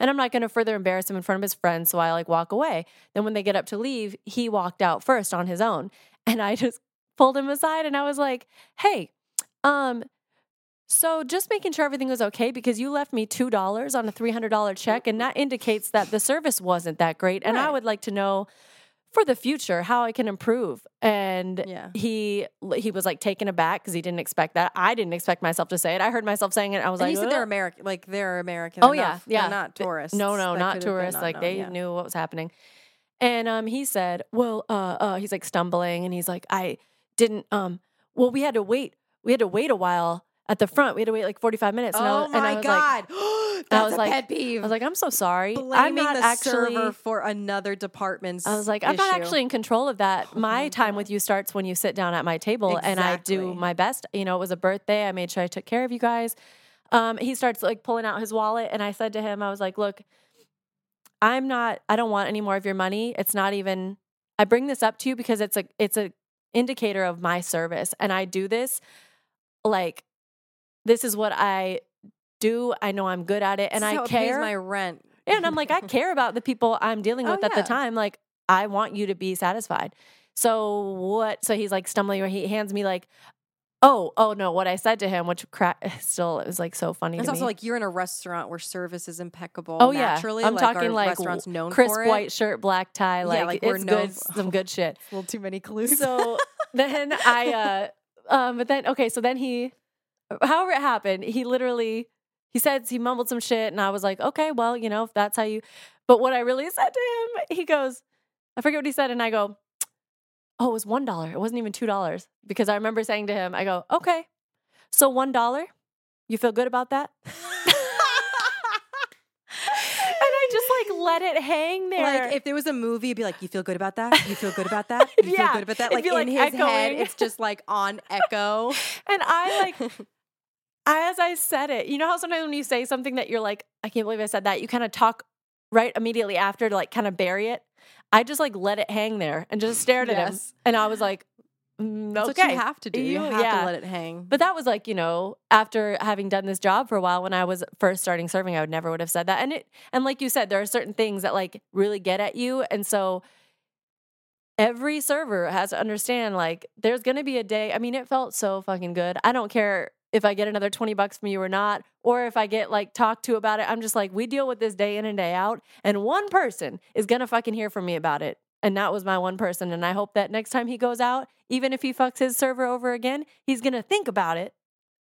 [SPEAKER 1] And I'm not going to further embarrass him in front of his friends. So I like walk away. Then when they get up to leave, he walked out first on his own. And I just pulled him aside and I was like, hey, um, so just making sure everything was okay because you left me two dollars on a three hundred dollar check, and that indicates that the service wasn't that great. And I
[SPEAKER 2] Right.
[SPEAKER 1] would like to know for the future how I can improve. And
[SPEAKER 2] Yeah.
[SPEAKER 1] he he was like taken aback because he didn't expect that. I didn't expect myself to say it. I heard myself saying it. I was
[SPEAKER 2] And
[SPEAKER 1] like,
[SPEAKER 2] you said
[SPEAKER 1] "Ugh."
[SPEAKER 2] they're American, like they're American.
[SPEAKER 1] Oh,
[SPEAKER 2] They're
[SPEAKER 1] yeah,
[SPEAKER 2] not- they're
[SPEAKER 1] yeah.
[SPEAKER 2] not tourists.
[SPEAKER 1] No, no, not
[SPEAKER 2] That could have been
[SPEAKER 1] tourists. Like
[SPEAKER 2] unknown,
[SPEAKER 1] they
[SPEAKER 2] yeah.
[SPEAKER 1] knew what was happening. And um, he said, "Well, uh, uh," he's like stumbling, and he's like, "I didn't." Um, well, we had to wait. We had to wait a while at the front. We had to wait like forty five minutes. and I
[SPEAKER 2] Oh
[SPEAKER 1] was, and I
[SPEAKER 2] my
[SPEAKER 1] was like,
[SPEAKER 2] god,
[SPEAKER 1] I
[SPEAKER 2] That's
[SPEAKER 1] was
[SPEAKER 2] a
[SPEAKER 1] like-
[SPEAKER 2] pet peeve.
[SPEAKER 1] I was like, I'm so sorry.
[SPEAKER 2] blaming
[SPEAKER 1] I'm not
[SPEAKER 2] the
[SPEAKER 1] actually.
[SPEAKER 2] server for another department's.
[SPEAKER 1] I was like, I'm not
[SPEAKER 2] issue. Oh
[SPEAKER 1] actually in control of that. my time with you starts when you sit down at my table, and I do
[SPEAKER 2] Exactly.
[SPEAKER 1] my best. You know, it was a birthday. I made sure I took care of you guys. Um, he starts like pulling out his wallet, and I said to him, I was like, look, I'm not. I don't want any more of your money. It's not even. I bring this up to you because it's a it's a indicator of my service, and I do this like this is what I do. I know I'm good at it, and
[SPEAKER 2] This is how
[SPEAKER 1] I
[SPEAKER 2] it pays
[SPEAKER 1] care.
[SPEAKER 2] my rent.
[SPEAKER 1] Yeah, And I'm like, I care about the people I'm dealing
[SPEAKER 2] Oh,
[SPEAKER 1] with at the
[SPEAKER 2] yeah.
[SPEAKER 1] time. Like, I want you to be satisfied. So what? So he's like stumbling, or he hands me like, oh, oh no, what I said to him, which cra- still it was like so funny.
[SPEAKER 2] It's
[SPEAKER 1] to
[SPEAKER 2] also
[SPEAKER 1] me.
[SPEAKER 2] like you're in a restaurant where service is impeccable.
[SPEAKER 1] Oh, yeah.
[SPEAKER 2] naturally.
[SPEAKER 1] I'm
[SPEAKER 2] like
[SPEAKER 1] talking
[SPEAKER 2] our
[SPEAKER 1] like
[SPEAKER 2] restaurants known
[SPEAKER 1] crisp
[SPEAKER 2] for it.
[SPEAKER 1] white shirt, black tie, like,
[SPEAKER 2] like, we're
[SPEAKER 1] it's
[SPEAKER 2] known
[SPEAKER 1] good,
[SPEAKER 2] for-
[SPEAKER 1] some good shit.
[SPEAKER 2] A little too many clues.
[SPEAKER 1] So then I, uh, um, but then okay, so then he, however it happened, he literally he said he mumbled some shit, and I was like, okay, well, you know, if that's how you. But what I really said to him, he goes, I forget what he said, and I go, oh, it was one dollar. It wasn't even two dollars because I remember saying to him, I go, okay, so one dollar, you feel good about that? and I just like let it hang there.
[SPEAKER 2] Like if there was a movie, it'd be like, you feel good about that? You feel good about that? You
[SPEAKER 1] Yeah.
[SPEAKER 2] feel good about that?
[SPEAKER 1] It'd
[SPEAKER 2] Like
[SPEAKER 1] be,
[SPEAKER 2] in
[SPEAKER 1] like,
[SPEAKER 2] his head,
[SPEAKER 1] echoing.
[SPEAKER 2] it's just like on echo.
[SPEAKER 1] And I like, as I said it, you know how sometimes when you say something that you're like, I can't believe I said that, you kind of talk right immediately after to like kind of bury it. I just like let it hang there and just stared at him.
[SPEAKER 2] Yes.
[SPEAKER 1] And I was like, mm,
[SPEAKER 2] That's
[SPEAKER 1] okay.
[SPEAKER 2] what you have to do. You,
[SPEAKER 1] You-
[SPEAKER 2] have
[SPEAKER 1] yeah.
[SPEAKER 2] to let it hang.
[SPEAKER 1] but that was like, you know, after having done this job for a while when I was first starting serving, I would never would have said that. And it and like you said, there are certain things that like really get at you. And so every server has to understand like there's going to be a day. I mean, it felt so fucking good. I don't care if I get another 20 bucks from you or not or if I get like talked to about it. I'm just like we deal with this day in and day out and one person is going to fucking hear from me about it. And that was my one person and I hope that next time he goes out, even if he fucks his server over again, he's going to think about it.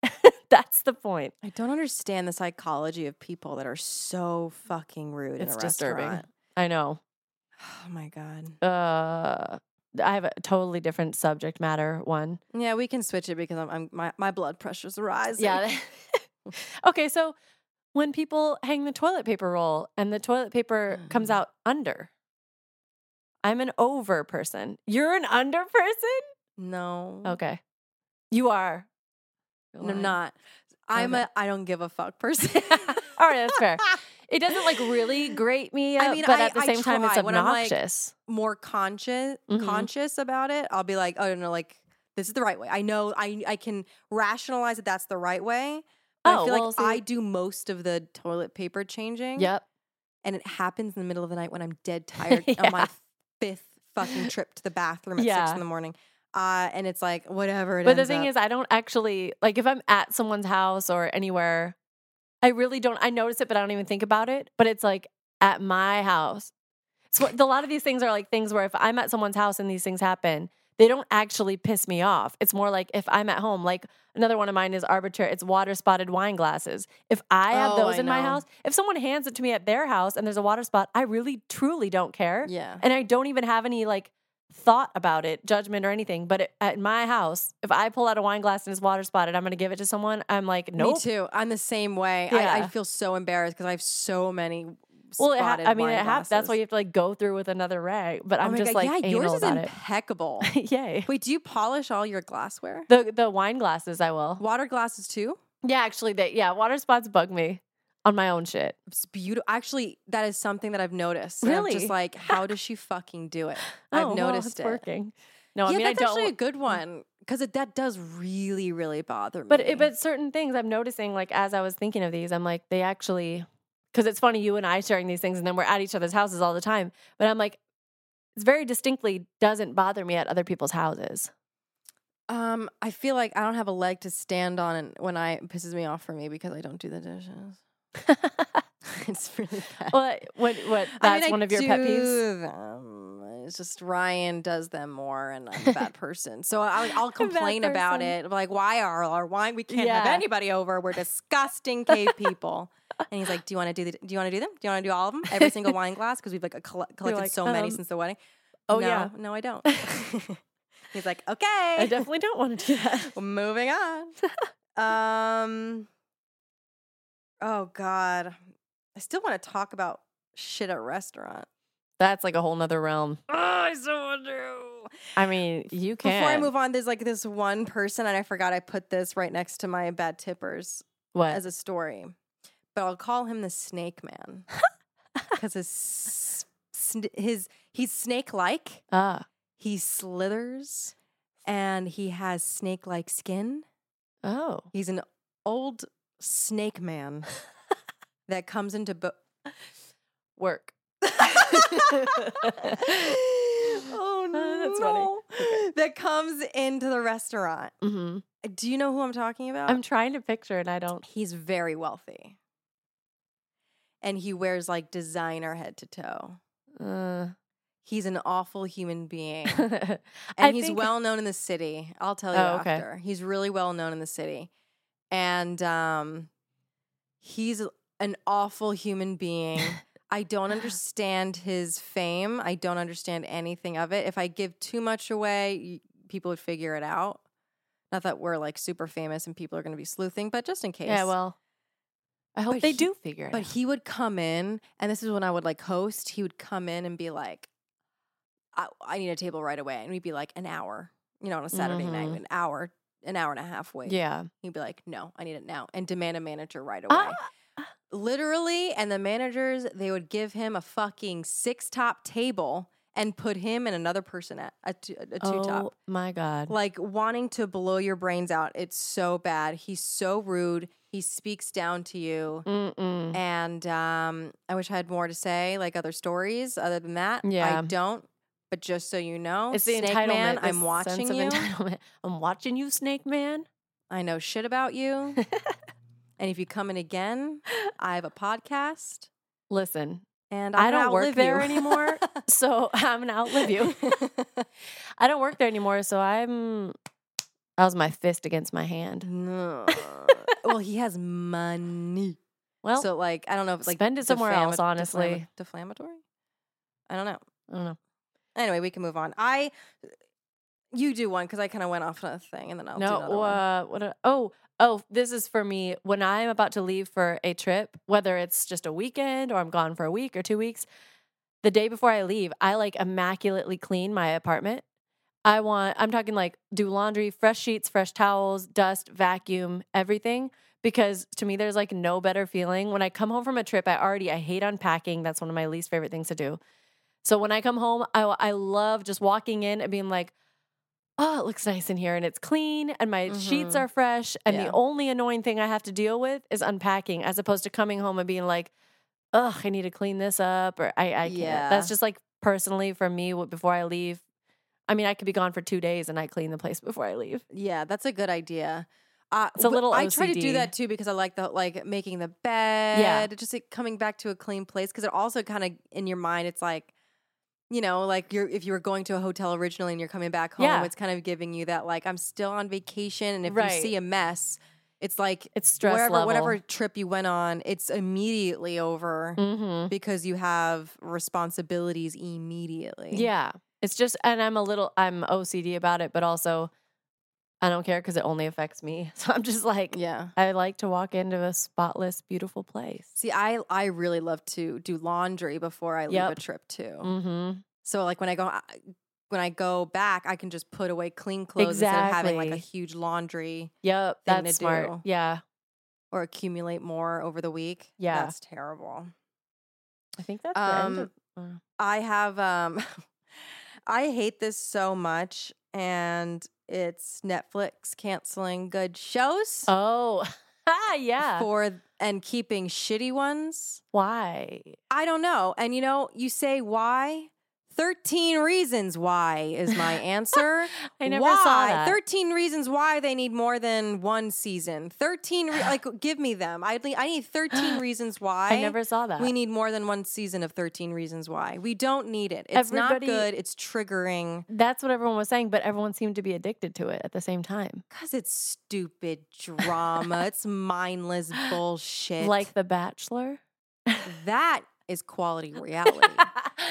[SPEAKER 1] That's the point.
[SPEAKER 2] I don't understand the psychology of people that are so fucking rude
[SPEAKER 1] It's
[SPEAKER 2] in a
[SPEAKER 1] disturbing.
[SPEAKER 2] restaurant.
[SPEAKER 1] I know.
[SPEAKER 2] Oh my god.
[SPEAKER 1] Uh I have a totally different subject matter one.
[SPEAKER 2] Yeah, we can switch it because I'm, I'm my, my blood pressure's rising.
[SPEAKER 1] Yeah. okay, so when people hang the toilet paper roll and the toilet paper comes
[SPEAKER 2] Mm.
[SPEAKER 1] out under, I'm an over person. You're an under person?
[SPEAKER 2] No.
[SPEAKER 1] Okay. You are. You're
[SPEAKER 2] No, I'm
[SPEAKER 1] lying.
[SPEAKER 2] not. I'm
[SPEAKER 1] Okay.
[SPEAKER 2] a I don't give a fuck person.
[SPEAKER 1] All right, that's fair. It doesn't like really grate me
[SPEAKER 2] I
[SPEAKER 1] up,
[SPEAKER 2] mean,
[SPEAKER 1] but
[SPEAKER 2] I-
[SPEAKER 1] at the
[SPEAKER 2] I
[SPEAKER 1] same time, it's
[SPEAKER 2] try when I'm, like,
[SPEAKER 1] obnoxious.
[SPEAKER 2] More conscious
[SPEAKER 1] Mhm.
[SPEAKER 2] conscious about it. I'll be like, oh no, like this is the right way. I know I I can rationalize that that's the right way. but
[SPEAKER 1] Oh,
[SPEAKER 2] I feel
[SPEAKER 1] well,
[SPEAKER 2] like
[SPEAKER 1] see-
[SPEAKER 2] I do most of the toilet paper changing.
[SPEAKER 1] yep.
[SPEAKER 2] And it happens in the middle of the night when I'm dead tired on
[SPEAKER 1] Yeah.
[SPEAKER 2] my fifth fucking trip to the bathroom at
[SPEAKER 1] Yeah.
[SPEAKER 2] six in the morning. Uh, and it's like whatever it
[SPEAKER 1] But the
[SPEAKER 2] ends
[SPEAKER 1] thing
[SPEAKER 2] up.
[SPEAKER 1] is, I don't actually like if I'm at someone's house or anywhere, I really don't. I notice it, but I don't even think about it. But it's like at my house. So a lot of these things are like things where if I'm at someone's house and these things happen, they don't actually piss me off. It's more like if I'm at home, like another one of mine is arbitrary. It's water spotted wine glasses. If I have
[SPEAKER 2] Oh,
[SPEAKER 1] those
[SPEAKER 2] I
[SPEAKER 1] in my
[SPEAKER 2] know.
[SPEAKER 1] house, if someone hands it to me at their house and there's a water spot, I really truly don't care
[SPEAKER 2] yeah.
[SPEAKER 1] and I don't even have any like thought about it, judgment or anything. But it, at my house, if I pull out a wine glass and it's water spotted, I'm going to give it to someone. I'm like, nope.
[SPEAKER 2] Me too. I'm the same way. I,
[SPEAKER 1] Yeah.
[SPEAKER 2] I feel so embarrassed because I have so many.
[SPEAKER 1] Well, it ha-
[SPEAKER 2] spotted
[SPEAKER 1] I mean,
[SPEAKER 2] wine
[SPEAKER 1] it ha- that's why you
[SPEAKER 2] glasses.
[SPEAKER 1] have to like go through with another rag. But
[SPEAKER 2] Oh
[SPEAKER 1] I'm
[SPEAKER 2] my
[SPEAKER 1] just
[SPEAKER 2] God,
[SPEAKER 1] like
[SPEAKER 2] yeah,
[SPEAKER 1] anal
[SPEAKER 2] yours is
[SPEAKER 1] about
[SPEAKER 2] impeccable.
[SPEAKER 1] it. Yay.
[SPEAKER 2] Wait, do you polish all your glassware?
[SPEAKER 1] The the wine glasses, I will.
[SPEAKER 2] Water glasses too.
[SPEAKER 1] Yeah, actually, they yeah, water spots bug me on my own shit.
[SPEAKER 2] It's beautiful. Actually, that is something that I've noticed. and I'm
[SPEAKER 1] Really?
[SPEAKER 2] just like, how does she fucking do it? I've
[SPEAKER 1] Oh, well,
[SPEAKER 2] noticed
[SPEAKER 1] it's
[SPEAKER 2] it.
[SPEAKER 1] working. No, I
[SPEAKER 2] yeah,
[SPEAKER 1] mean, I
[SPEAKER 2] that's
[SPEAKER 1] don't.
[SPEAKER 2] actually a good one because that does really, really bother me.
[SPEAKER 1] But it, but certain things I'm noticing, like as I was thinking of these, I'm like they actually, because it's funny you and I sharing these things, and then we're at each other's houses all the time. But I'm like, it's very distinctly doesn't bother me at other people's houses.
[SPEAKER 2] um, I feel like I don't have a leg to stand on, and when I it pisses me off for me because I don't do the dishes. it's really bad.
[SPEAKER 1] what what what? That's
[SPEAKER 2] I mean, I
[SPEAKER 1] one of your pet peeves.
[SPEAKER 2] do them. It's just Ryan does them more, and I'm a bad person. So I, I'll complain about
[SPEAKER 1] person.
[SPEAKER 2] it. I'm like, why are or why we can't have
[SPEAKER 1] Yeah.
[SPEAKER 2] anybody over? We're disgusting cave people. And he's like, do you want to do the, do you want to do them? Do you want to do all of them? Every single wine glass because we've like a colle- collected
[SPEAKER 1] like,
[SPEAKER 2] so many
[SPEAKER 1] um,
[SPEAKER 2] since the wedding.
[SPEAKER 1] oh,
[SPEAKER 2] no,
[SPEAKER 1] yeah.
[SPEAKER 2] no, I don't. he's like, okay,
[SPEAKER 1] I definitely don't want to do that.
[SPEAKER 2] Well, moving on. um, Oh God, I still want to talk about shit at restaurant.
[SPEAKER 1] That's like a whole nother realm.
[SPEAKER 2] Oh, I so want to.
[SPEAKER 1] I mean, you can.
[SPEAKER 2] Before I move on, there's like this one person, and I forgot I put this right next to my bad tippers
[SPEAKER 1] what?
[SPEAKER 2] as a story, but I'll call him the Snake Man because his s- sn- his he's snake like.
[SPEAKER 1] ah,
[SPEAKER 2] He slithers, and he has snake like skin.
[SPEAKER 1] oh,
[SPEAKER 2] He's an old snake man that comes into. Bo-
[SPEAKER 1] work.
[SPEAKER 2] oh
[SPEAKER 1] Uh, that's funny.
[SPEAKER 2] no! That comes into the restaurant.
[SPEAKER 1] hmm
[SPEAKER 2] Do you know who I'm talking about?
[SPEAKER 1] I'm trying to picture and I don't.
[SPEAKER 2] He's very wealthy, and he wears like designer head to toe.
[SPEAKER 1] Uh.
[SPEAKER 2] He's an awful human being, and
[SPEAKER 1] and
[SPEAKER 2] he's well known in the city. I'll tell you
[SPEAKER 1] Oh, okay.
[SPEAKER 2] after. He's really well known in the city, and um, he's an awful human being. I don't understand his fame. I don't understand anything of it. If I give too much away, y- people would figure it out. Not that we're like super famous and people are going to be sleuthing, but just in case.
[SPEAKER 1] Yeah, well, I hope
[SPEAKER 2] But
[SPEAKER 1] they
[SPEAKER 2] he-
[SPEAKER 1] do figure it
[SPEAKER 2] But
[SPEAKER 1] out.
[SPEAKER 2] he would come in, and this is when I would like host. He would come in and be like, I, I need a table right away. And we'd be like, an hour, you know, on a Saturday night,
[SPEAKER 1] Mhm.
[SPEAKER 2] an hour, an hour and a half wait.
[SPEAKER 1] yeah.
[SPEAKER 2] He'd be like, no, I need it now. And demand a manager right
[SPEAKER 1] Ah.
[SPEAKER 2] away. Literally, and the managers, they would give him a fucking six top table and put him and another person at a two, a two
[SPEAKER 1] oh
[SPEAKER 2] top.
[SPEAKER 1] my God.
[SPEAKER 2] Like wanting to blow your brains out. It's so bad. He's so rude. He speaks down to you.
[SPEAKER 1] Mm-mm.
[SPEAKER 2] And um, I wish I had more to say, like other stories. Other than that,
[SPEAKER 1] Yeah.
[SPEAKER 2] I don't. But just so you know,
[SPEAKER 1] It's the
[SPEAKER 2] Snake
[SPEAKER 1] entitlement.
[SPEAKER 2] Man,
[SPEAKER 1] the
[SPEAKER 2] I'm watching
[SPEAKER 1] sense of
[SPEAKER 2] you.
[SPEAKER 1] entitlement. I'm watching you, Snake Man.
[SPEAKER 2] I know shit about you. and if you come in again, I have a podcast,
[SPEAKER 1] Listen,
[SPEAKER 2] and
[SPEAKER 1] I
[SPEAKER 2] I'm gonna
[SPEAKER 1] don't work
[SPEAKER 2] outlive
[SPEAKER 1] there
[SPEAKER 2] you.
[SPEAKER 1] anymore. so I'm gonna outlive you. Uh. I don't work there anymore, so I'm. That was my fist against my hand.
[SPEAKER 2] no. Well, he has money,
[SPEAKER 1] Well,
[SPEAKER 2] so like I don't know if like
[SPEAKER 1] spend it somewhere else,
[SPEAKER 2] deflama- deflama-
[SPEAKER 1] honestly.
[SPEAKER 2] deflammatory. I don't know.
[SPEAKER 1] I don't know.
[SPEAKER 2] Anyway, we can move on. I, you do one because I kind of went off on a thing, and then I'll do another
[SPEAKER 1] no,
[SPEAKER 2] one.
[SPEAKER 1] uh, what? a- oh, oh, this is for me. When I'm about to leave for a trip, whether it's just a weekend or I'm gone for a week or two weeks, the day before I leave, I like immaculately clean my apartment. I want. I'm talking like do laundry, fresh sheets, fresh towels, dust, vacuum, everything. Because to me, there's like no better feeling when I come home from a trip. I already I hate unpacking. That's one of my least favorite things to do. So when I come home, I I love just walking in and being like, oh, it looks nice in here and it's clean and my sheets
[SPEAKER 2] Mhm.
[SPEAKER 1] are fresh. And
[SPEAKER 2] Yeah.
[SPEAKER 1] the only annoying thing I have to deal with is unpacking, as opposed to coming home and being like, ugh, I need to clean this up or I I can't.
[SPEAKER 2] Yeah.
[SPEAKER 1] That's just like personally for me wh- before I leave. I mean, I could be gone for two days and I clean the place before I leave.
[SPEAKER 2] Yeah, that's a good idea. Uh,
[SPEAKER 1] It's a
[SPEAKER 2] but
[SPEAKER 1] little
[SPEAKER 2] I try to do
[SPEAKER 1] OCD.
[SPEAKER 2] that too because I like the like making the bed. just like coming back to a clean place because it also kind of in your mind it's like, you know, like you're if you were going to a hotel originally and you're coming back home,
[SPEAKER 1] Yeah.
[SPEAKER 2] it's kind of giving you that like I'm still on vacation, and if you
[SPEAKER 1] Right.
[SPEAKER 2] see a mess, it's like
[SPEAKER 1] It's stress
[SPEAKER 2] wherever
[SPEAKER 1] level.
[SPEAKER 2] whatever trip you went on, it's immediately over
[SPEAKER 1] Mm-hmm.
[SPEAKER 2] because you have responsibilities immediately.
[SPEAKER 1] Yeah. It's just, and I'm a little, I'm OCD about it, but also I don't care because it only affects me. So I'm just like,
[SPEAKER 2] yeah.
[SPEAKER 1] I like to walk into a spotless, beautiful place.
[SPEAKER 2] See, I I really love to do laundry before I leave a
[SPEAKER 1] Yep.
[SPEAKER 2] trip too.
[SPEAKER 1] Mm-hmm.
[SPEAKER 2] So like when I go I- when I go back, I can just put away clean clothes instead of having like a
[SPEAKER 1] Exactly.
[SPEAKER 2] huge laundry
[SPEAKER 1] Yep.
[SPEAKER 2] Thing to
[SPEAKER 1] That's smart.
[SPEAKER 2] do.
[SPEAKER 1] Yeah.
[SPEAKER 2] or accumulate more over the week.
[SPEAKER 1] Yeah.
[SPEAKER 2] that's terrible.
[SPEAKER 1] I think that's the end
[SPEAKER 2] Um,
[SPEAKER 1] of- uh,
[SPEAKER 2] I have um, I hate this so much, and it's Netflix canceling good shows
[SPEAKER 1] Oh, ah, yeah.
[SPEAKER 2] for and keeping shitty ones.
[SPEAKER 1] Why?
[SPEAKER 2] I don't know. And you know, you say why? 13 reasons why is my answer.
[SPEAKER 1] I never
[SPEAKER 2] why?
[SPEAKER 1] saw that.
[SPEAKER 2] 13 reasons why they need more than one season. 13 re- like give me them. I need, I need 13 reasons why.
[SPEAKER 1] I never saw that.
[SPEAKER 2] we need more than one season of 13 reasons why. We don't need it. It's not
[SPEAKER 1] Everybody-
[SPEAKER 2] good. It's triggering
[SPEAKER 1] that's what everyone was saying, but everyone seemed to be addicted to it at the same time.
[SPEAKER 2] cuz it's stupid drama. it's mindless bullshit.
[SPEAKER 1] Like The Bachelor.
[SPEAKER 2] that is quality reality.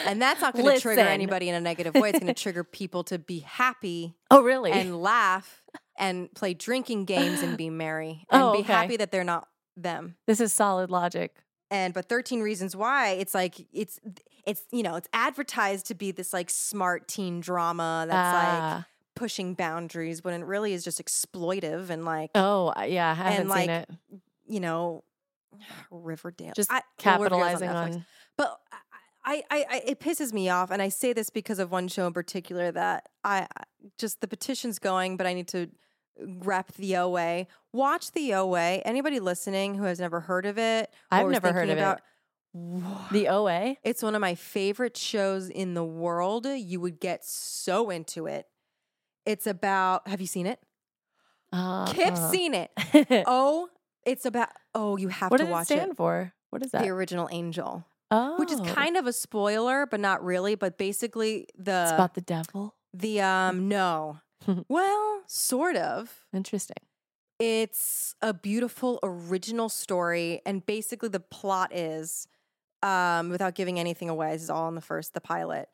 [SPEAKER 2] And that's not going to trigger
[SPEAKER 1] Listen.
[SPEAKER 2] anybody in a negative way. It's going to trigger people to be happy
[SPEAKER 1] Oh, really?
[SPEAKER 2] and laugh and play drinking games and be merry and
[SPEAKER 1] Oh,
[SPEAKER 2] be
[SPEAKER 1] okay.
[SPEAKER 2] happy that they're not them.
[SPEAKER 1] This is solid logic.
[SPEAKER 2] and but 13 reasons why it's like it's it's you know it's advertised to be this like smart teen drama that's like
[SPEAKER 1] Ah.
[SPEAKER 2] pushing boundaries when it really is just exploitive and like
[SPEAKER 1] oh I- yeah, I haven't
[SPEAKER 2] like,
[SPEAKER 1] seen it.
[SPEAKER 2] you know riverdale
[SPEAKER 1] Just
[SPEAKER 2] I- well, Riverdale's
[SPEAKER 1] Capitalizing
[SPEAKER 2] Netflix.
[SPEAKER 1] on.
[SPEAKER 2] but I, I i it pisses me off and i say this because of one show in particular that i just the petition's going but i need to wrap the oa watch the oa anybody listening who has never heard of it
[SPEAKER 1] I've
[SPEAKER 2] or was
[SPEAKER 1] never heard
[SPEAKER 2] thinking
[SPEAKER 1] of it.
[SPEAKER 2] about,
[SPEAKER 1] the OA.
[SPEAKER 2] It's one of my favorite shows in the world. You would get so into it. It's about, have you seen it?
[SPEAKER 1] Uh,
[SPEAKER 2] Kip
[SPEAKER 1] uh.
[SPEAKER 2] seen it. Oh, it's about, oh, you have
[SPEAKER 1] what
[SPEAKER 2] to
[SPEAKER 1] does it
[SPEAKER 2] watch
[SPEAKER 1] stand
[SPEAKER 2] it.
[SPEAKER 1] for? What is that?
[SPEAKER 2] The original angel,
[SPEAKER 1] oh,
[SPEAKER 2] which is kind of a spoiler, but not really. But basically,
[SPEAKER 1] it's
[SPEAKER 2] the,
[SPEAKER 1] about the devil.
[SPEAKER 2] the, um, no, well, sort of.
[SPEAKER 1] Interesting.
[SPEAKER 2] It's a beautiful original story, and basically the plot is, um, without giving anything away, this is all in the first, the pilot.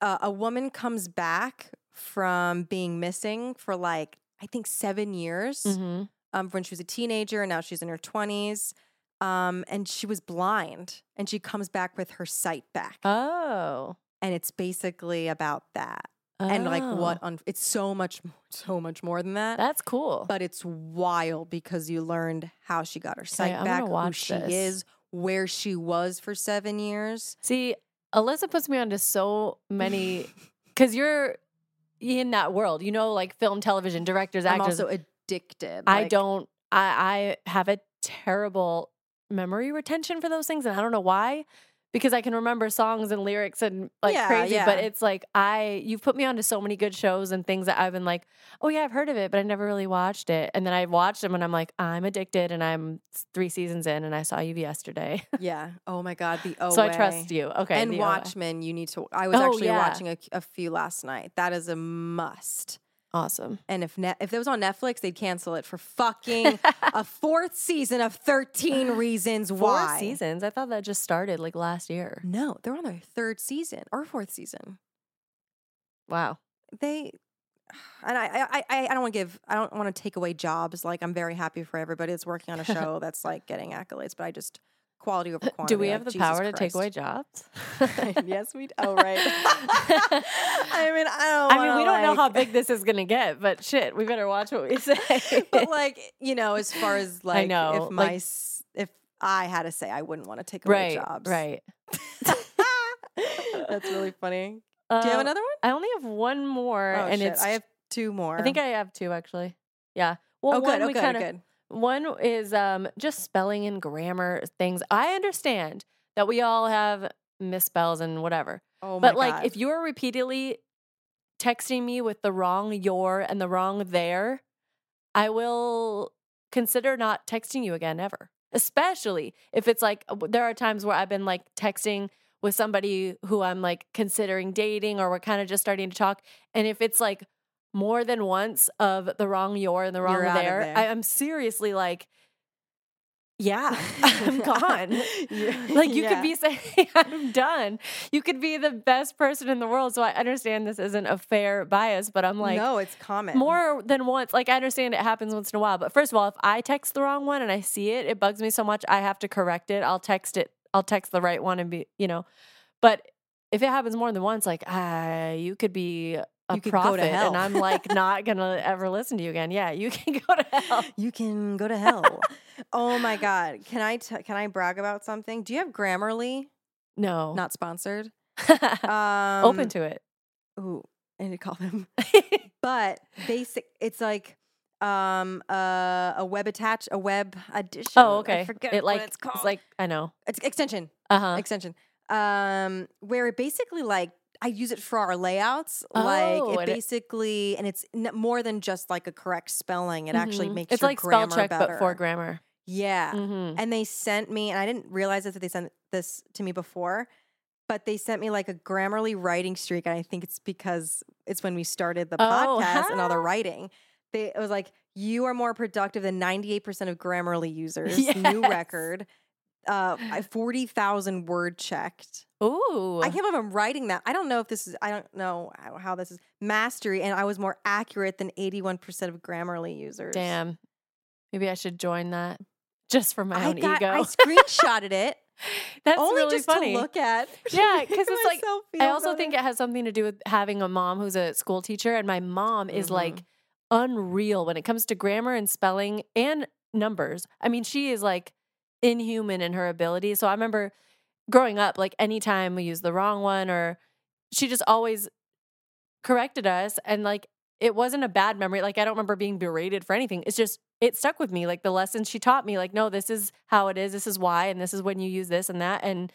[SPEAKER 2] Uh, a woman comes back from being missing for like I think seven years,
[SPEAKER 1] Mm-hmm.
[SPEAKER 2] um, when she was a teenager, and now she's in her twenties, um, and she was blind, and she comes back with her sight back,
[SPEAKER 1] Oh.
[SPEAKER 2] and it's basically about that, and like what
[SPEAKER 1] Oh.
[SPEAKER 2] un- it's so much, so much more than that
[SPEAKER 1] That's cool.
[SPEAKER 2] but it's wild because you learned how she got her sight
[SPEAKER 1] I'm gonna
[SPEAKER 2] back, who
[SPEAKER 1] watch
[SPEAKER 2] she
[SPEAKER 1] this.
[SPEAKER 2] is, where she was for seven years.
[SPEAKER 1] See, Alyssa puts me onto so many because you're in that world. You know, like film, television, directors,
[SPEAKER 2] I'm
[SPEAKER 1] actors.
[SPEAKER 2] also addicted.
[SPEAKER 1] I
[SPEAKER 2] like,
[SPEAKER 1] don't. I I have a terrible memory retention for those things, and I don't know why. Because I can remember songs and lyrics and like
[SPEAKER 2] Yeah,
[SPEAKER 1] crazy,
[SPEAKER 2] yeah.
[SPEAKER 1] but it's like I you've put me onto so many good shows and things that I've been like, oh yeah, I've heard of it, but I never really watched it. And then I watched them, and I'm like, I'm addicted, and I'm three seasons in, and I saw you yesterday,
[SPEAKER 2] Yeah. Oh my God. The OA.
[SPEAKER 1] so I trust you. Okay,
[SPEAKER 2] and
[SPEAKER 1] the OA.
[SPEAKER 2] Watchmen, you need to. I was
[SPEAKER 1] Oh,
[SPEAKER 2] actually
[SPEAKER 1] yeah.
[SPEAKER 2] watching a, a few last night. That is a must.
[SPEAKER 1] awesome.
[SPEAKER 2] And if ne- if it was on Netflix, they'd cancel it for fucking a fourth season of Thirteen Reasons Why.
[SPEAKER 1] Four seasons. I thought that just started like last year.
[SPEAKER 2] No, they're on their third season or fourth season.
[SPEAKER 1] Wow.
[SPEAKER 2] they and I, I I I don't want to give I don't want to take away jobs. Like I'm very happy for everybody that's working on a show that's like getting accolades, but I just quality over quantity.
[SPEAKER 1] Do we
[SPEAKER 2] like,
[SPEAKER 1] have the
[SPEAKER 2] Jesus
[SPEAKER 1] power to take away
[SPEAKER 2] Christ.
[SPEAKER 1] jobs?
[SPEAKER 2] yes, we. d- Oh right. I mean, I don't.
[SPEAKER 1] I mean,
[SPEAKER 2] wanna,
[SPEAKER 1] we don't know how
[SPEAKER 2] like-
[SPEAKER 1] big this is gonna get, but shit, we better watch what we say.
[SPEAKER 2] But like you know, as far as like,
[SPEAKER 1] know,
[SPEAKER 2] if my
[SPEAKER 1] like-
[SPEAKER 2] s if I had to say, I wouldn't want to take away
[SPEAKER 1] right,
[SPEAKER 2] jobs.
[SPEAKER 1] right.
[SPEAKER 2] that's really funny. Do you have
[SPEAKER 1] Uh,
[SPEAKER 2] another
[SPEAKER 1] I
[SPEAKER 2] one?
[SPEAKER 1] only have one more,
[SPEAKER 2] Oh
[SPEAKER 1] and
[SPEAKER 2] shit,
[SPEAKER 1] it's
[SPEAKER 2] I have two more.
[SPEAKER 1] I think I have two actually. Yeah. Well,
[SPEAKER 2] Oh
[SPEAKER 1] one
[SPEAKER 2] good. Oh
[SPEAKER 1] we
[SPEAKER 2] good.
[SPEAKER 1] kind of
[SPEAKER 2] good.
[SPEAKER 1] one is um just spelling and grammar things. I understand that we all have misspells and whatever,
[SPEAKER 2] Oh my
[SPEAKER 1] but like
[SPEAKER 2] God.
[SPEAKER 1] if you are repeatedly texting me with the wrong your and the wrong there i will consider not texting you again ever especially if it's like uh, there are times where i've been like texting with somebody who i'm like considering dating or we're kind of just starting to talk and if it's like more than once of the wrong your and the wrong
[SPEAKER 2] You're out of
[SPEAKER 1] there,
[SPEAKER 2] there.
[SPEAKER 1] I, i'm seriously like yeah i'm gone
[SPEAKER 2] Yeah.
[SPEAKER 1] like you
[SPEAKER 2] Yeah.
[SPEAKER 1] could be saying, I'm done. You could be the best person in the world. So I understand this isn't a fair bias, but I'm like,
[SPEAKER 2] no, it's common.
[SPEAKER 1] more than once. Like I understand it happens once in a while. But first of all, if I text the wrong one and I see it, it bugs me so much I have to correct it. I'll text it. I'll text the right one and be, you know. But if it happens more than once, like ah, you could be a
[SPEAKER 2] You could go to
[SPEAKER 1] prophet, and
[SPEAKER 2] hell.
[SPEAKER 1] I'm like not gonna ever listen to you again. Yeah, you can go to hell.
[SPEAKER 2] you can go to hell. oh my god, can I t- can I brag about something? Do you have Grammarly?
[SPEAKER 1] No,
[SPEAKER 2] Not sponsored.
[SPEAKER 1] not
[SPEAKER 2] Um,
[SPEAKER 1] Oh. open to it.
[SPEAKER 2] Ooh, I need to call them. but basic, it's like um uh, a web attach a web addition.
[SPEAKER 1] oh, okay.
[SPEAKER 2] I forget
[SPEAKER 1] it like
[SPEAKER 2] what it's called.
[SPEAKER 1] like I know.
[SPEAKER 2] it's extension.
[SPEAKER 1] Uh huh.
[SPEAKER 2] extension um where it basically like i use it for our layouts
[SPEAKER 1] Oh,
[SPEAKER 2] like it
[SPEAKER 1] and it-
[SPEAKER 2] basically and it's n- more than just like a correct spelling it actually
[SPEAKER 1] Mhm.
[SPEAKER 2] makes
[SPEAKER 1] it's
[SPEAKER 2] your
[SPEAKER 1] like
[SPEAKER 2] grammar
[SPEAKER 1] spell check
[SPEAKER 2] better Uh,
[SPEAKER 1] but for grammar.
[SPEAKER 2] yeah
[SPEAKER 1] Mhm.
[SPEAKER 2] and they sent me and i didn't realize this that they sent this to me before but they sent me like a grammarly writing streak and i think it's because it's when we started the
[SPEAKER 1] Oh,
[SPEAKER 2] podcast and all the
[SPEAKER 1] huh?
[SPEAKER 2] writing they it was like you are more productive than 98% of grammarly users new
[SPEAKER 1] Yes.
[SPEAKER 2] record uh I- 40,000 word checked
[SPEAKER 1] Ooh,
[SPEAKER 2] I can't believe I'm writing that. I don't know if this is, I don't know how, how this is mastery. And I was more accurate than 81% of Grammarly users.
[SPEAKER 1] damn. Maybe I should join that. just for my
[SPEAKER 2] I
[SPEAKER 1] own
[SPEAKER 2] got,
[SPEAKER 1] ego.
[SPEAKER 2] I screenshotted it
[SPEAKER 1] That's
[SPEAKER 2] only
[SPEAKER 1] really
[SPEAKER 2] just
[SPEAKER 1] funny.
[SPEAKER 2] to look at.
[SPEAKER 1] Yeah, 'cause it's like,
[SPEAKER 2] Myself feel
[SPEAKER 1] I also
[SPEAKER 2] about
[SPEAKER 1] think
[SPEAKER 2] it.
[SPEAKER 1] it has something to do with having a mom who's a school teacher, and my mom is like unreal when it comes to grammar and spelling and numbers. I mean, she is like inhuman in her ability. So I remember growing up, like anytime we used the wrong one, or she just always corrected us, and like it wasn't a bad memory. Like I don't remember being berated for anything. It's just it stuck with me. Like the lessons she taught me, like no, this is how it is. This is why, and this is when you use this and that, and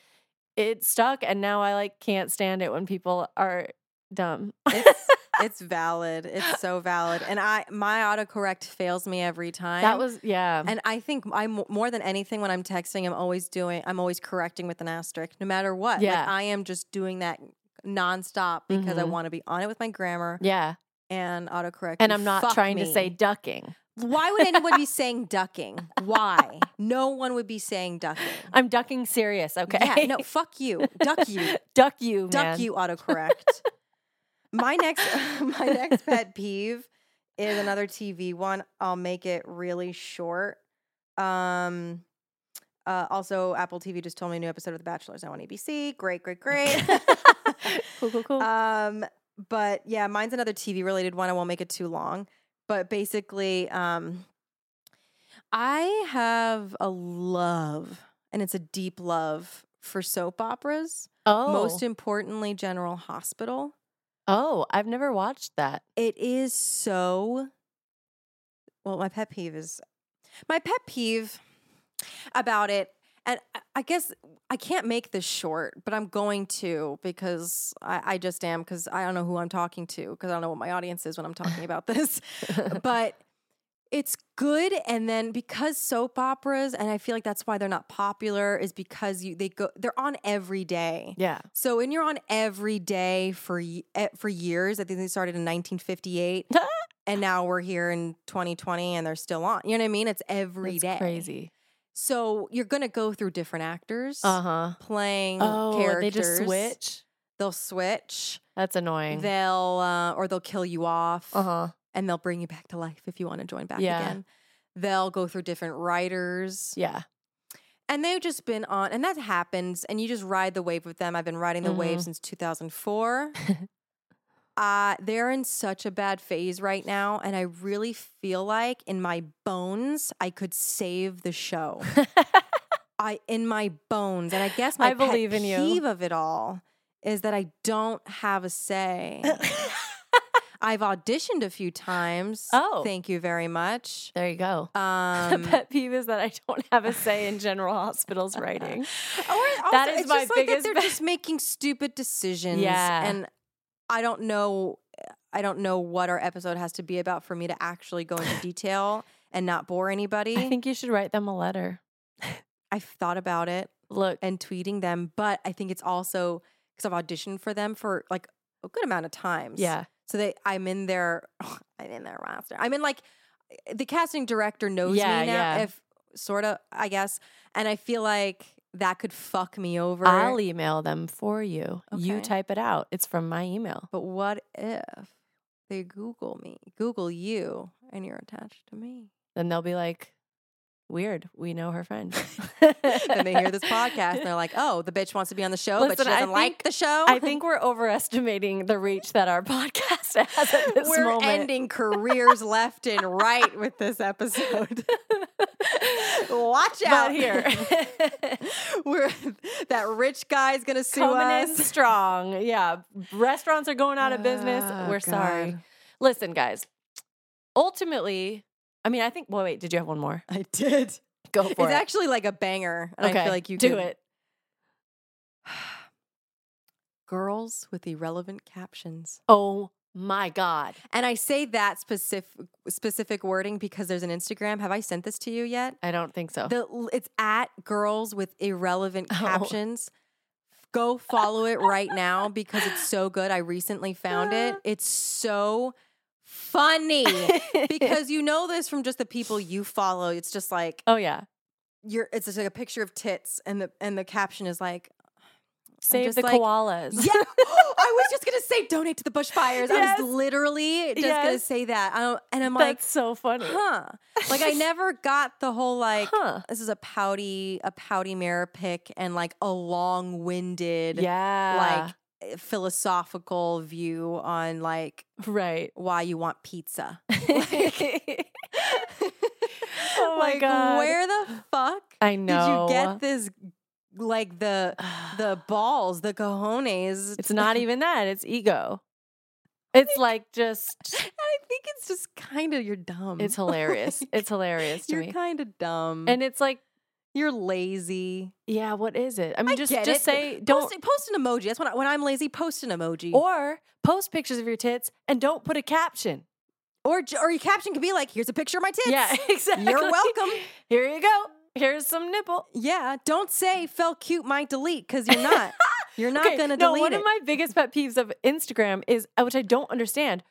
[SPEAKER 1] it stuck and now I like can't stand it when people are dumb.
[SPEAKER 2] it's, it's valid. It's so valid. And I my autocorrect fails me every time.
[SPEAKER 1] that was yeah.
[SPEAKER 2] and I think I more than anything when I'm texting, I'm always doing I'm always correcting with an asterisk, no matter what.
[SPEAKER 1] Yeah.
[SPEAKER 2] Like I am just doing that nonstop because I
[SPEAKER 1] Mhm.
[SPEAKER 2] want to be on it with my grammar
[SPEAKER 1] yeah.
[SPEAKER 2] and autocorrect.
[SPEAKER 1] And
[SPEAKER 2] You
[SPEAKER 1] I'm not
[SPEAKER 2] fuck
[SPEAKER 1] trying to
[SPEAKER 2] me.
[SPEAKER 1] say ducking.
[SPEAKER 2] Why would anyone be saying ducking? Why? No one would be saying ducking.
[SPEAKER 1] I'm ducking serious, okay?
[SPEAKER 2] Yeah, no, fuck you. Duck you.
[SPEAKER 1] duck you,
[SPEAKER 2] duck
[SPEAKER 1] man.
[SPEAKER 2] you autocorrect. my next my next pet peeve is another TV one. I'll make it really short. Um uh, also, Apple TV just told me a new episode of The Bachelor's now on ABC. Great, great, great.
[SPEAKER 1] Cool, cool, cool.
[SPEAKER 2] um, but yeah, mine's another TV related one. I won't make it too long. But basically, um, I have a love, and it's a deep love for soap operas
[SPEAKER 1] oh.
[SPEAKER 2] most importantly general hospital
[SPEAKER 1] oh, I've never watched that.
[SPEAKER 2] it is so well my pet peeve is my pet peeve about it and I- i guess i can't make this short but i'm going to because i, I just am because i don't know who i'm talking to because i don't know what my audience is when i'm talking about this but it's good and then because soap operas and i feel like that's why they're not popular is because you they go they're on every day
[SPEAKER 1] yeah.
[SPEAKER 2] so when you're on every day for y- eh, for years, I think they started in 1958, and now we're here in 2020, and they're still on. You know what I mean? It's every
[SPEAKER 1] That's
[SPEAKER 2] day.
[SPEAKER 1] crazy.
[SPEAKER 2] So you're gonna go through different actors
[SPEAKER 1] Uh-huh.
[SPEAKER 2] playing
[SPEAKER 1] Oh,
[SPEAKER 2] characters.
[SPEAKER 1] they just switch.
[SPEAKER 2] They'll switch.
[SPEAKER 1] That's annoying.
[SPEAKER 2] They'll uh, or they'll kill you off,
[SPEAKER 1] uh-huh.
[SPEAKER 2] and they'll bring you back to life if you want to join back
[SPEAKER 1] Yeah.
[SPEAKER 2] again. They'll go through different writers.
[SPEAKER 1] Yeah.
[SPEAKER 2] And they've just been on, and that happens, and you just ride the wave with them. I've been riding the wave
[SPEAKER 1] Mhm.
[SPEAKER 2] since 2004. uh, they're in such a bad phase right now, and I really feel like in my bones, I could save the show. I in my bones, and I guess my
[SPEAKER 1] I believe
[SPEAKER 2] pet
[SPEAKER 1] in you.
[SPEAKER 2] peeve of it all is that I don't have a say. I've auditioned a few times.
[SPEAKER 1] Oh.
[SPEAKER 2] thank you very much.
[SPEAKER 1] there you go.
[SPEAKER 2] Um,
[SPEAKER 1] the pet peeve is that I don't have a say in General Hospital's writing.
[SPEAKER 2] Or also,
[SPEAKER 1] That is
[SPEAKER 2] it's
[SPEAKER 1] my
[SPEAKER 2] just like that
[SPEAKER 1] biggest
[SPEAKER 2] they're
[SPEAKER 1] pet-
[SPEAKER 2] just making stupid decisions.
[SPEAKER 1] Yeah.
[SPEAKER 2] And I don't know I don't know what our episode has to be about for me to actually go into detail and not bore anybody.
[SPEAKER 1] I think you should write them a letter.
[SPEAKER 2] I've thought about it
[SPEAKER 1] Look,
[SPEAKER 2] and tweeting them, but I think it's also because I've auditioned for them for like a good amount of times.
[SPEAKER 1] yeah.
[SPEAKER 2] So they I'm in their I'm in their roster. I'm in like eh, the casting director knows
[SPEAKER 1] Yeah,
[SPEAKER 2] me now
[SPEAKER 1] yeah.
[SPEAKER 2] if sort of I guess. And I feel like that could fuck me over.
[SPEAKER 1] I'll email them for you. You
[SPEAKER 2] Okay.
[SPEAKER 1] type it out. It's from my email.
[SPEAKER 2] But what if they Google me, Google you, and you're attached to me?
[SPEAKER 1] Then they'll be like, weird. We know her friend.
[SPEAKER 2] then they hear this podcast and they're like, oh, the bitch wants to be on the show, but
[SPEAKER 1] Listen,
[SPEAKER 2] she
[SPEAKER 1] I
[SPEAKER 2] doesn't like
[SPEAKER 1] think-
[SPEAKER 2] the show.
[SPEAKER 1] I think we're overestimating the reach that our podcast has at this
[SPEAKER 2] We're
[SPEAKER 1] moment.
[SPEAKER 2] ending careers left and right with this episode. Watch out
[SPEAKER 1] But here,
[SPEAKER 2] We're, that rich guy's gonna sue
[SPEAKER 1] coming in
[SPEAKER 2] us.
[SPEAKER 1] strong. Yeah, restaurants are going out of business.
[SPEAKER 2] Oh,
[SPEAKER 1] We're sorry.
[SPEAKER 2] God.
[SPEAKER 1] Listen, guys. Ultimately, I mean, I think. Well, wait. Did you have one more?
[SPEAKER 2] I did.
[SPEAKER 1] Go for
[SPEAKER 2] it's
[SPEAKER 1] it.
[SPEAKER 2] actually like a banger, and I feel like you
[SPEAKER 1] do
[SPEAKER 2] could-
[SPEAKER 1] it.
[SPEAKER 2] Girls with irrelevant captions.
[SPEAKER 1] Oh my God.
[SPEAKER 2] And I say that specific specific wording because there's an Instagram. Have I sent this to you yet?
[SPEAKER 1] I don't think so.
[SPEAKER 2] The it's at girls with irrelevant
[SPEAKER 1] Oh.
[SPEAKER 2] captions. Go follow it right now because it's so good. I recently found it. It's so funny because you know this from just the people you follow. It's just like
[SPEAKER 1] oh yeah.
[SPEAKER 2] you're it's just like a picture of tits and the and the caption is like
[SPEAKER 1] Save
[SPEAKER 2] just
[SPEAKER 1] the
[SPEAKER 2] like,
[SPEAKER 1] koalas.
[SPEAKER 2] Yeah, I was just gonna say donate to the bushfires.
[SPEAKER 1] Yes.
[SPEAKER 2] I was literally just gonna
[SPEAKER 1] Yes.
[SPEAKER 2] say that. I don't, and I'm like,
[SPEAKER 1] That's so funny.
[SPEAKER 2] huh? Like I never got the whole like
[SPEAKER 1] Huh.
[SPEAKER 2] this is a pouty, a pouty mayor pick, and like a long-winded,
[SPEAKER 1] Yeah.
[SPEAKER 2] like eh, philosophical view on like
[SPEAKER 1] Like right.
[SPEAKER 2] why you want pizza.
[SPEAKER 1] oh my
[SPEAKER 2] like,
[SPEAKER 1] god.
[SPEAKER 2] where the fuck
[SPEAKER 1] I
[SPEAKER 2] did
[SPEAKER 1] know.
[SPEAKER 2] you get this? Like the the balls, the cojones.
[SPEAKER 1] It's not even that. It's ego. It's like just
[SPEAKER 2] I think it's just kind of you're dumb.
[SPEAKER 1] it's hilarious.
[SPEAKER 2] Like,
[SPEAKER 1] It's hilarious to
[SPEAKER 2] you're
[SPEAKER 1] me.
[SPEAKER 2] kind of dumb,
[SPEAKER 1] And it's like,
[SPEAKER 2] you're lazy.
[SPEAKER 1] yeah, what is it? I mean,
[SPEAKER 2] I
[SPEAKER 1] just
[SPEAKER 2] get
[SPEAKER 1] just
[SPEAKER 2] it.
[SPEAKER 1] say don't
[SPEAKER 2] post, post an emoji. That's when I, when I'm lazy. Post an emoji, or
[SPEAKER 1] or post pictures of your tits and don't put a caption.
[SPEAKER 2] or, j- or your caption could be like, "Here's a picture of my tits."
[SPEAKER 1] yeah, exactly.
[SPEAKER 2] welcome.
[SPEAKER 1] Here you go. Here's some nipple.
[SPEAKER 2] Yeah, Don't say "felt cute." Might delete because you're not. you're not
[SPEAKER 1] Okay,
[SPEAKER 2] gonna
[SPEAKER 1] no,
[SPEAKER 2] delete
[SPEAKER 1] one
[SPEAKER 2] it.
[SPEAKER 1] of my biggest pet peeves of Instagram is uh, which I don't understand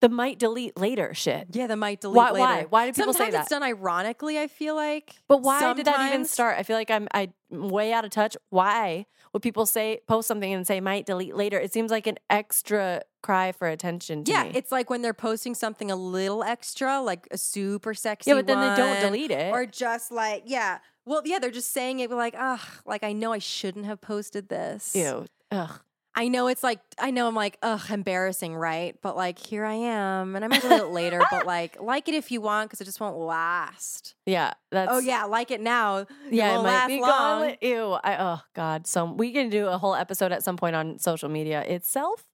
[SPEAKER 1] the might delete later shit.
[SPEAKER 2] yeah, that might delete
[SPEAKER 1] Why?
[SPEAKER 2] later.
[SPEAKER 1] Why? Why do people
[SPEAKER 2] Sometimes
[SPEAKER 1] say
[SPEAKER 2] it's
[SPEAKER 1] that?
[SPEAKER 2] done ironically. I feel like,
[SPEAKER 1] But why did that even
[SPEAKER 2] Sometimes-
[SPEAKER 1] start? I feel like I'm I'm way out of touch. Why would people say post something and say might delete later? It seems like an extra cry for attention. To
[SPEAKER 2] Yeah,
[SPEAKER 1] me.
[SPEAKER 2] it's like when they're posting something a little extra, like a super sexy.
[SPEAKER 1] yeah, but then they don't
[SPEAKER 2] one,
[SPEAKER 1] delete it.
[SPEAKER 2] or just like yeah well yeah they're just saying it like ugh like i know i shouldn't have posted this
[SPEAKER 1] Ew. Ugh.
[SPEAKER 2] i know it's like i know i'm like ugh embarrassing right but like here i am and i might delete it later but like like it if you want because it just won't last
[SPEAKER 1] Yeah, that's
[SPEAKER 2] oh yeah like it now
[SPEAKER 1] yeah. It,
[SPEAKER 2] won't
[SPEAKER 1] might
[SPEAKER 2] last
[SPEAKER 1] be
[SPEAKER 2] long.
[SPEAKER 1] gone. Ew. I, oh God. Some we can do a whole episode at some point on social media itself.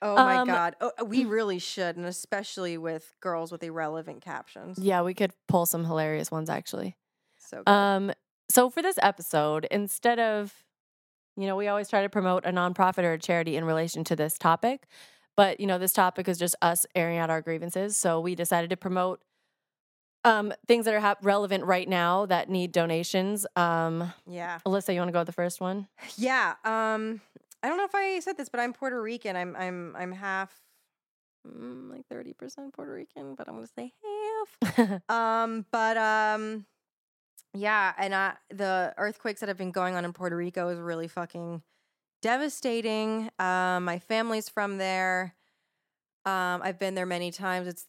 [SPEAKER 2] oh
[SPEAKER 1] Um,
[SPEAKER 2] my god oh, we really should and especially with girls with irrelevant captions
[SPEAKER 1] Yeah, we could pull some hilarious ones actually.
[SPEAKER 2] so good.
[SPEAKER 1] Um, so for this episode, instead of, you know, we always try to promote a nonprofit or a charity in relation to this topic, but you know, this topic is just us airing out our grievances. So we decided to promote um, things that are hap- relevant right now that need donations. Um,
[SPEAKER 2] yeah
[SPEAKER 1] Alyssa, you want to go with the first one?
[SPEAKER 2] Yeah. Um, I don't know if I said this, but I'm Puerto Rican. I'm I'm I'm half, mm, like thirty percent Puerto Rican, but I'm gonna say half. Um, but um, yeah, and I, the earthquakes that have been going on in Puerto Rico is really fucking devastating. Um, my family's from there. Um, I've been there many times. It's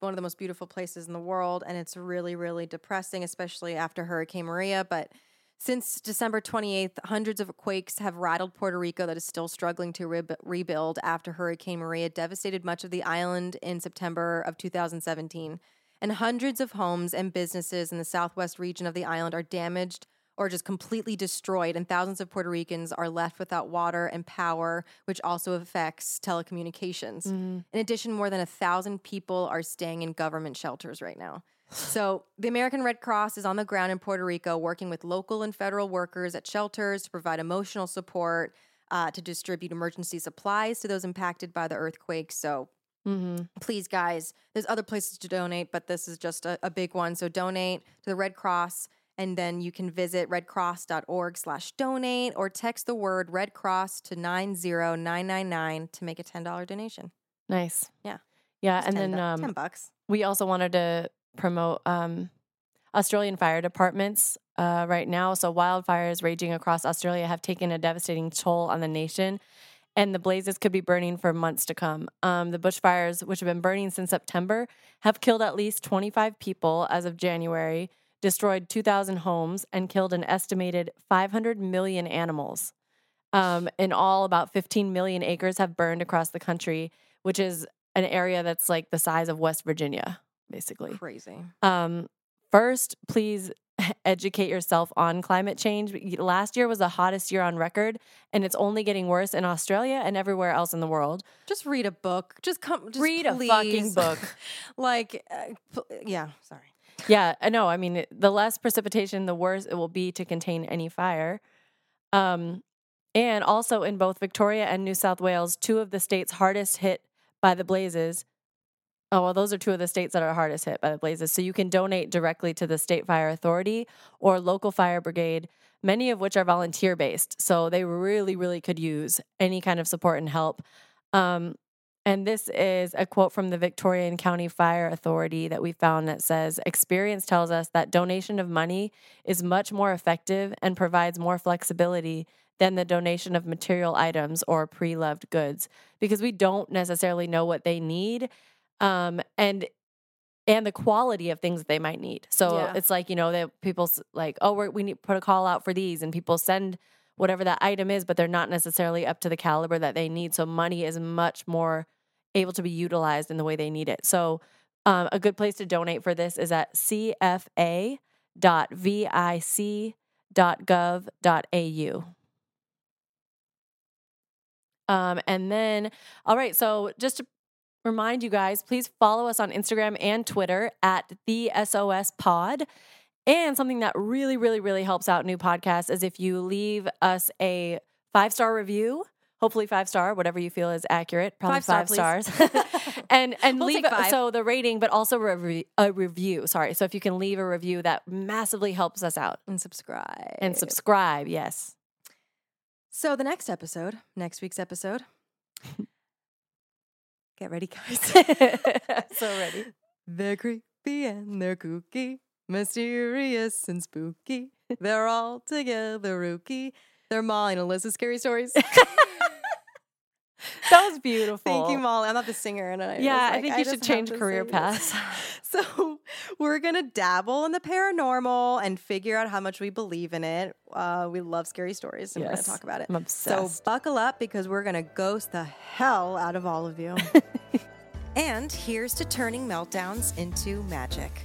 [SPEAKER 2] one of the most beautiful places in the world, and it's really, really depressing, especially after Hurricane Maria. But since December 28th, hundreds of quakes have rattled Puerto Rico that is still struggling to reb- rebuild after Hurricane Maria devastated much of the island in September of 2017. And hundreds of homes and businesses in the southwest region of the island are damaged or just completely destroyed, and thousands of Puerto Ricans are left without water and power, which also affects telecommunications. In addition, more than a thousand people are staying in government shelters right now. So, the American Red Cross is on the ground in Puerto Rico working with local and federal workers at shelters to provide emotional support, uh, to distribute emergency supplies to those impacted by the earthquake. So,
[SPEAKER 1] hmm
[SPEAKER 2] please guys there's other places to donate but this is just a, a big one so donate to the red cross and then you can visit redcross.org slash donate or text the word red cross to 90999 to make a $10 donation
[SPEAKER 1] Nice.
[SPEAKER 2] Yeah.
[SPEAKER 1] Yeah.
[SPEAKER 2] It's
[SPEAKER 1] And
[SPEAKER 2] 10
[SPEAKER 1] then
[SPEAKER 2] bu-
[SPEAKER 1] um,
[SPEAKER 2] 10 bucks
[SPEAKER 1] we also wanted to promote um, Australian fire departments uh, right now. So, wildfires raging across Australia have taken a devastating toll on the nation, and the blazes could be burning for months to come. Um, the bushfires, which have been burning since September, have killed at least 25 people as of January, destroyed 2,000 homes, and killed an estimated 500 million animals. Um, in all, about 15 million acres have burned across the country, which is an area that's like the size of West Virginia, basically.
[SPEAKER 2] crazy
[SPEAKER 1] Um, first, please educate yourself on climate change. Last year was the hottest year on record, and it's only getting worse in Australia and everywhere else in the world.
[SPEAKER 2] just read a book just come just
[SPEAKER 1] Read a
[SPEAKER 2] please.
[SPEAKER 1] fucking book.
[SPEAKER 2] like uh, p- yeah sorry
[SPEAKER 1] yeah, I know. I mean, it- the less precipitation, the worse it will be to contain any fire. Um, and also in both Victoria and New South Wales, two of the states hardest hit by the blazes. Oh, well, those are two of the states that are hardest hit by the blazes. So you can donate directly to the State Fire Authority or local fire brigade, many of which are volunteer based. So they really, really could use any kind of support and help. Um, and this is a quote from the Victorian County Fire Authority that we found that says experience tells us that donation of money is much more effective and provides more flexibility than the donation of material items or pre loved goods because we don't necessarily know what they need um, and and the quality of things that they might need. So
[SPEAKER 2] Yeah.
[SPEAKER 1] it's like you know that people s- like oh we're, we need put a call out for these and people send whatever that item is, but they're not necessarily up to the caliber that they need. So money is much more able to be utilized in the way they need it. So um, a good place to donate for this is at cfa.vic.gov.au. Um, and then, all right, so just to remind you guys, please follow us on Instagram and Twitter at the SOS pod. And something that really, really, really helps out new podcasts is if you leave us a five star review, hopefully five star, whatever you feel is accurate, probably
[SPEAKER 2] Five
[SPEAKER 1] five,
[SPEAKER 2] star,
[SPEAKER 1] stars. and and
[SPEAKER 2] We'll
[SPEAKER 1] leave
[SPEAKER 2] take five.
[SPEAKER 1] so the rating, but also a, re- a review. Sorry, so if you can leave a review, that massively helps us out.
[SPEAKER 2] and subscribe.
[SPEAKER 1] And subscribe, yes.
[SPEAKER 2] So the next episode, next week's episode. Get ready, guys.
[SPEAKER 1] so ready.
[SPEAKER 2] They're creepy and they're kooky, mysterious and spooky. They're all together rookie. They're Molly and Alyssa's scary stories.
[SPEAKER 1] That was beautiful.
[SPEAKER 2] Thank you, Molly. I'm not the singer, and I was
[SPEAKER 1] Yeah, I
[SPEAKER 2] like,
[SPEAKER 1] think you should
[SPEAKER 2] just have
[SPEAKER 1] change
[SPEAKER 2] to
[SPEAKER 1] career
[SPEAKER 2] sing this.
[SPEAKER 1] paths.
[SPEAKER 2] So we're gonna dabble in the paranormal and figure out how much we believe in it. Uh, we love scary stories, and we're
[SPEAKER 1] Yes.
[SPEAKER 2] gonna talk about it.
[SPEAKER 1] I'm
[SPEAKER 2] So
[SPEAKER 1] obsessed.
[SPEAKER 2] buckle up because we're going to ghost the hell out of all of you. and here's to turning meltdowns into magic.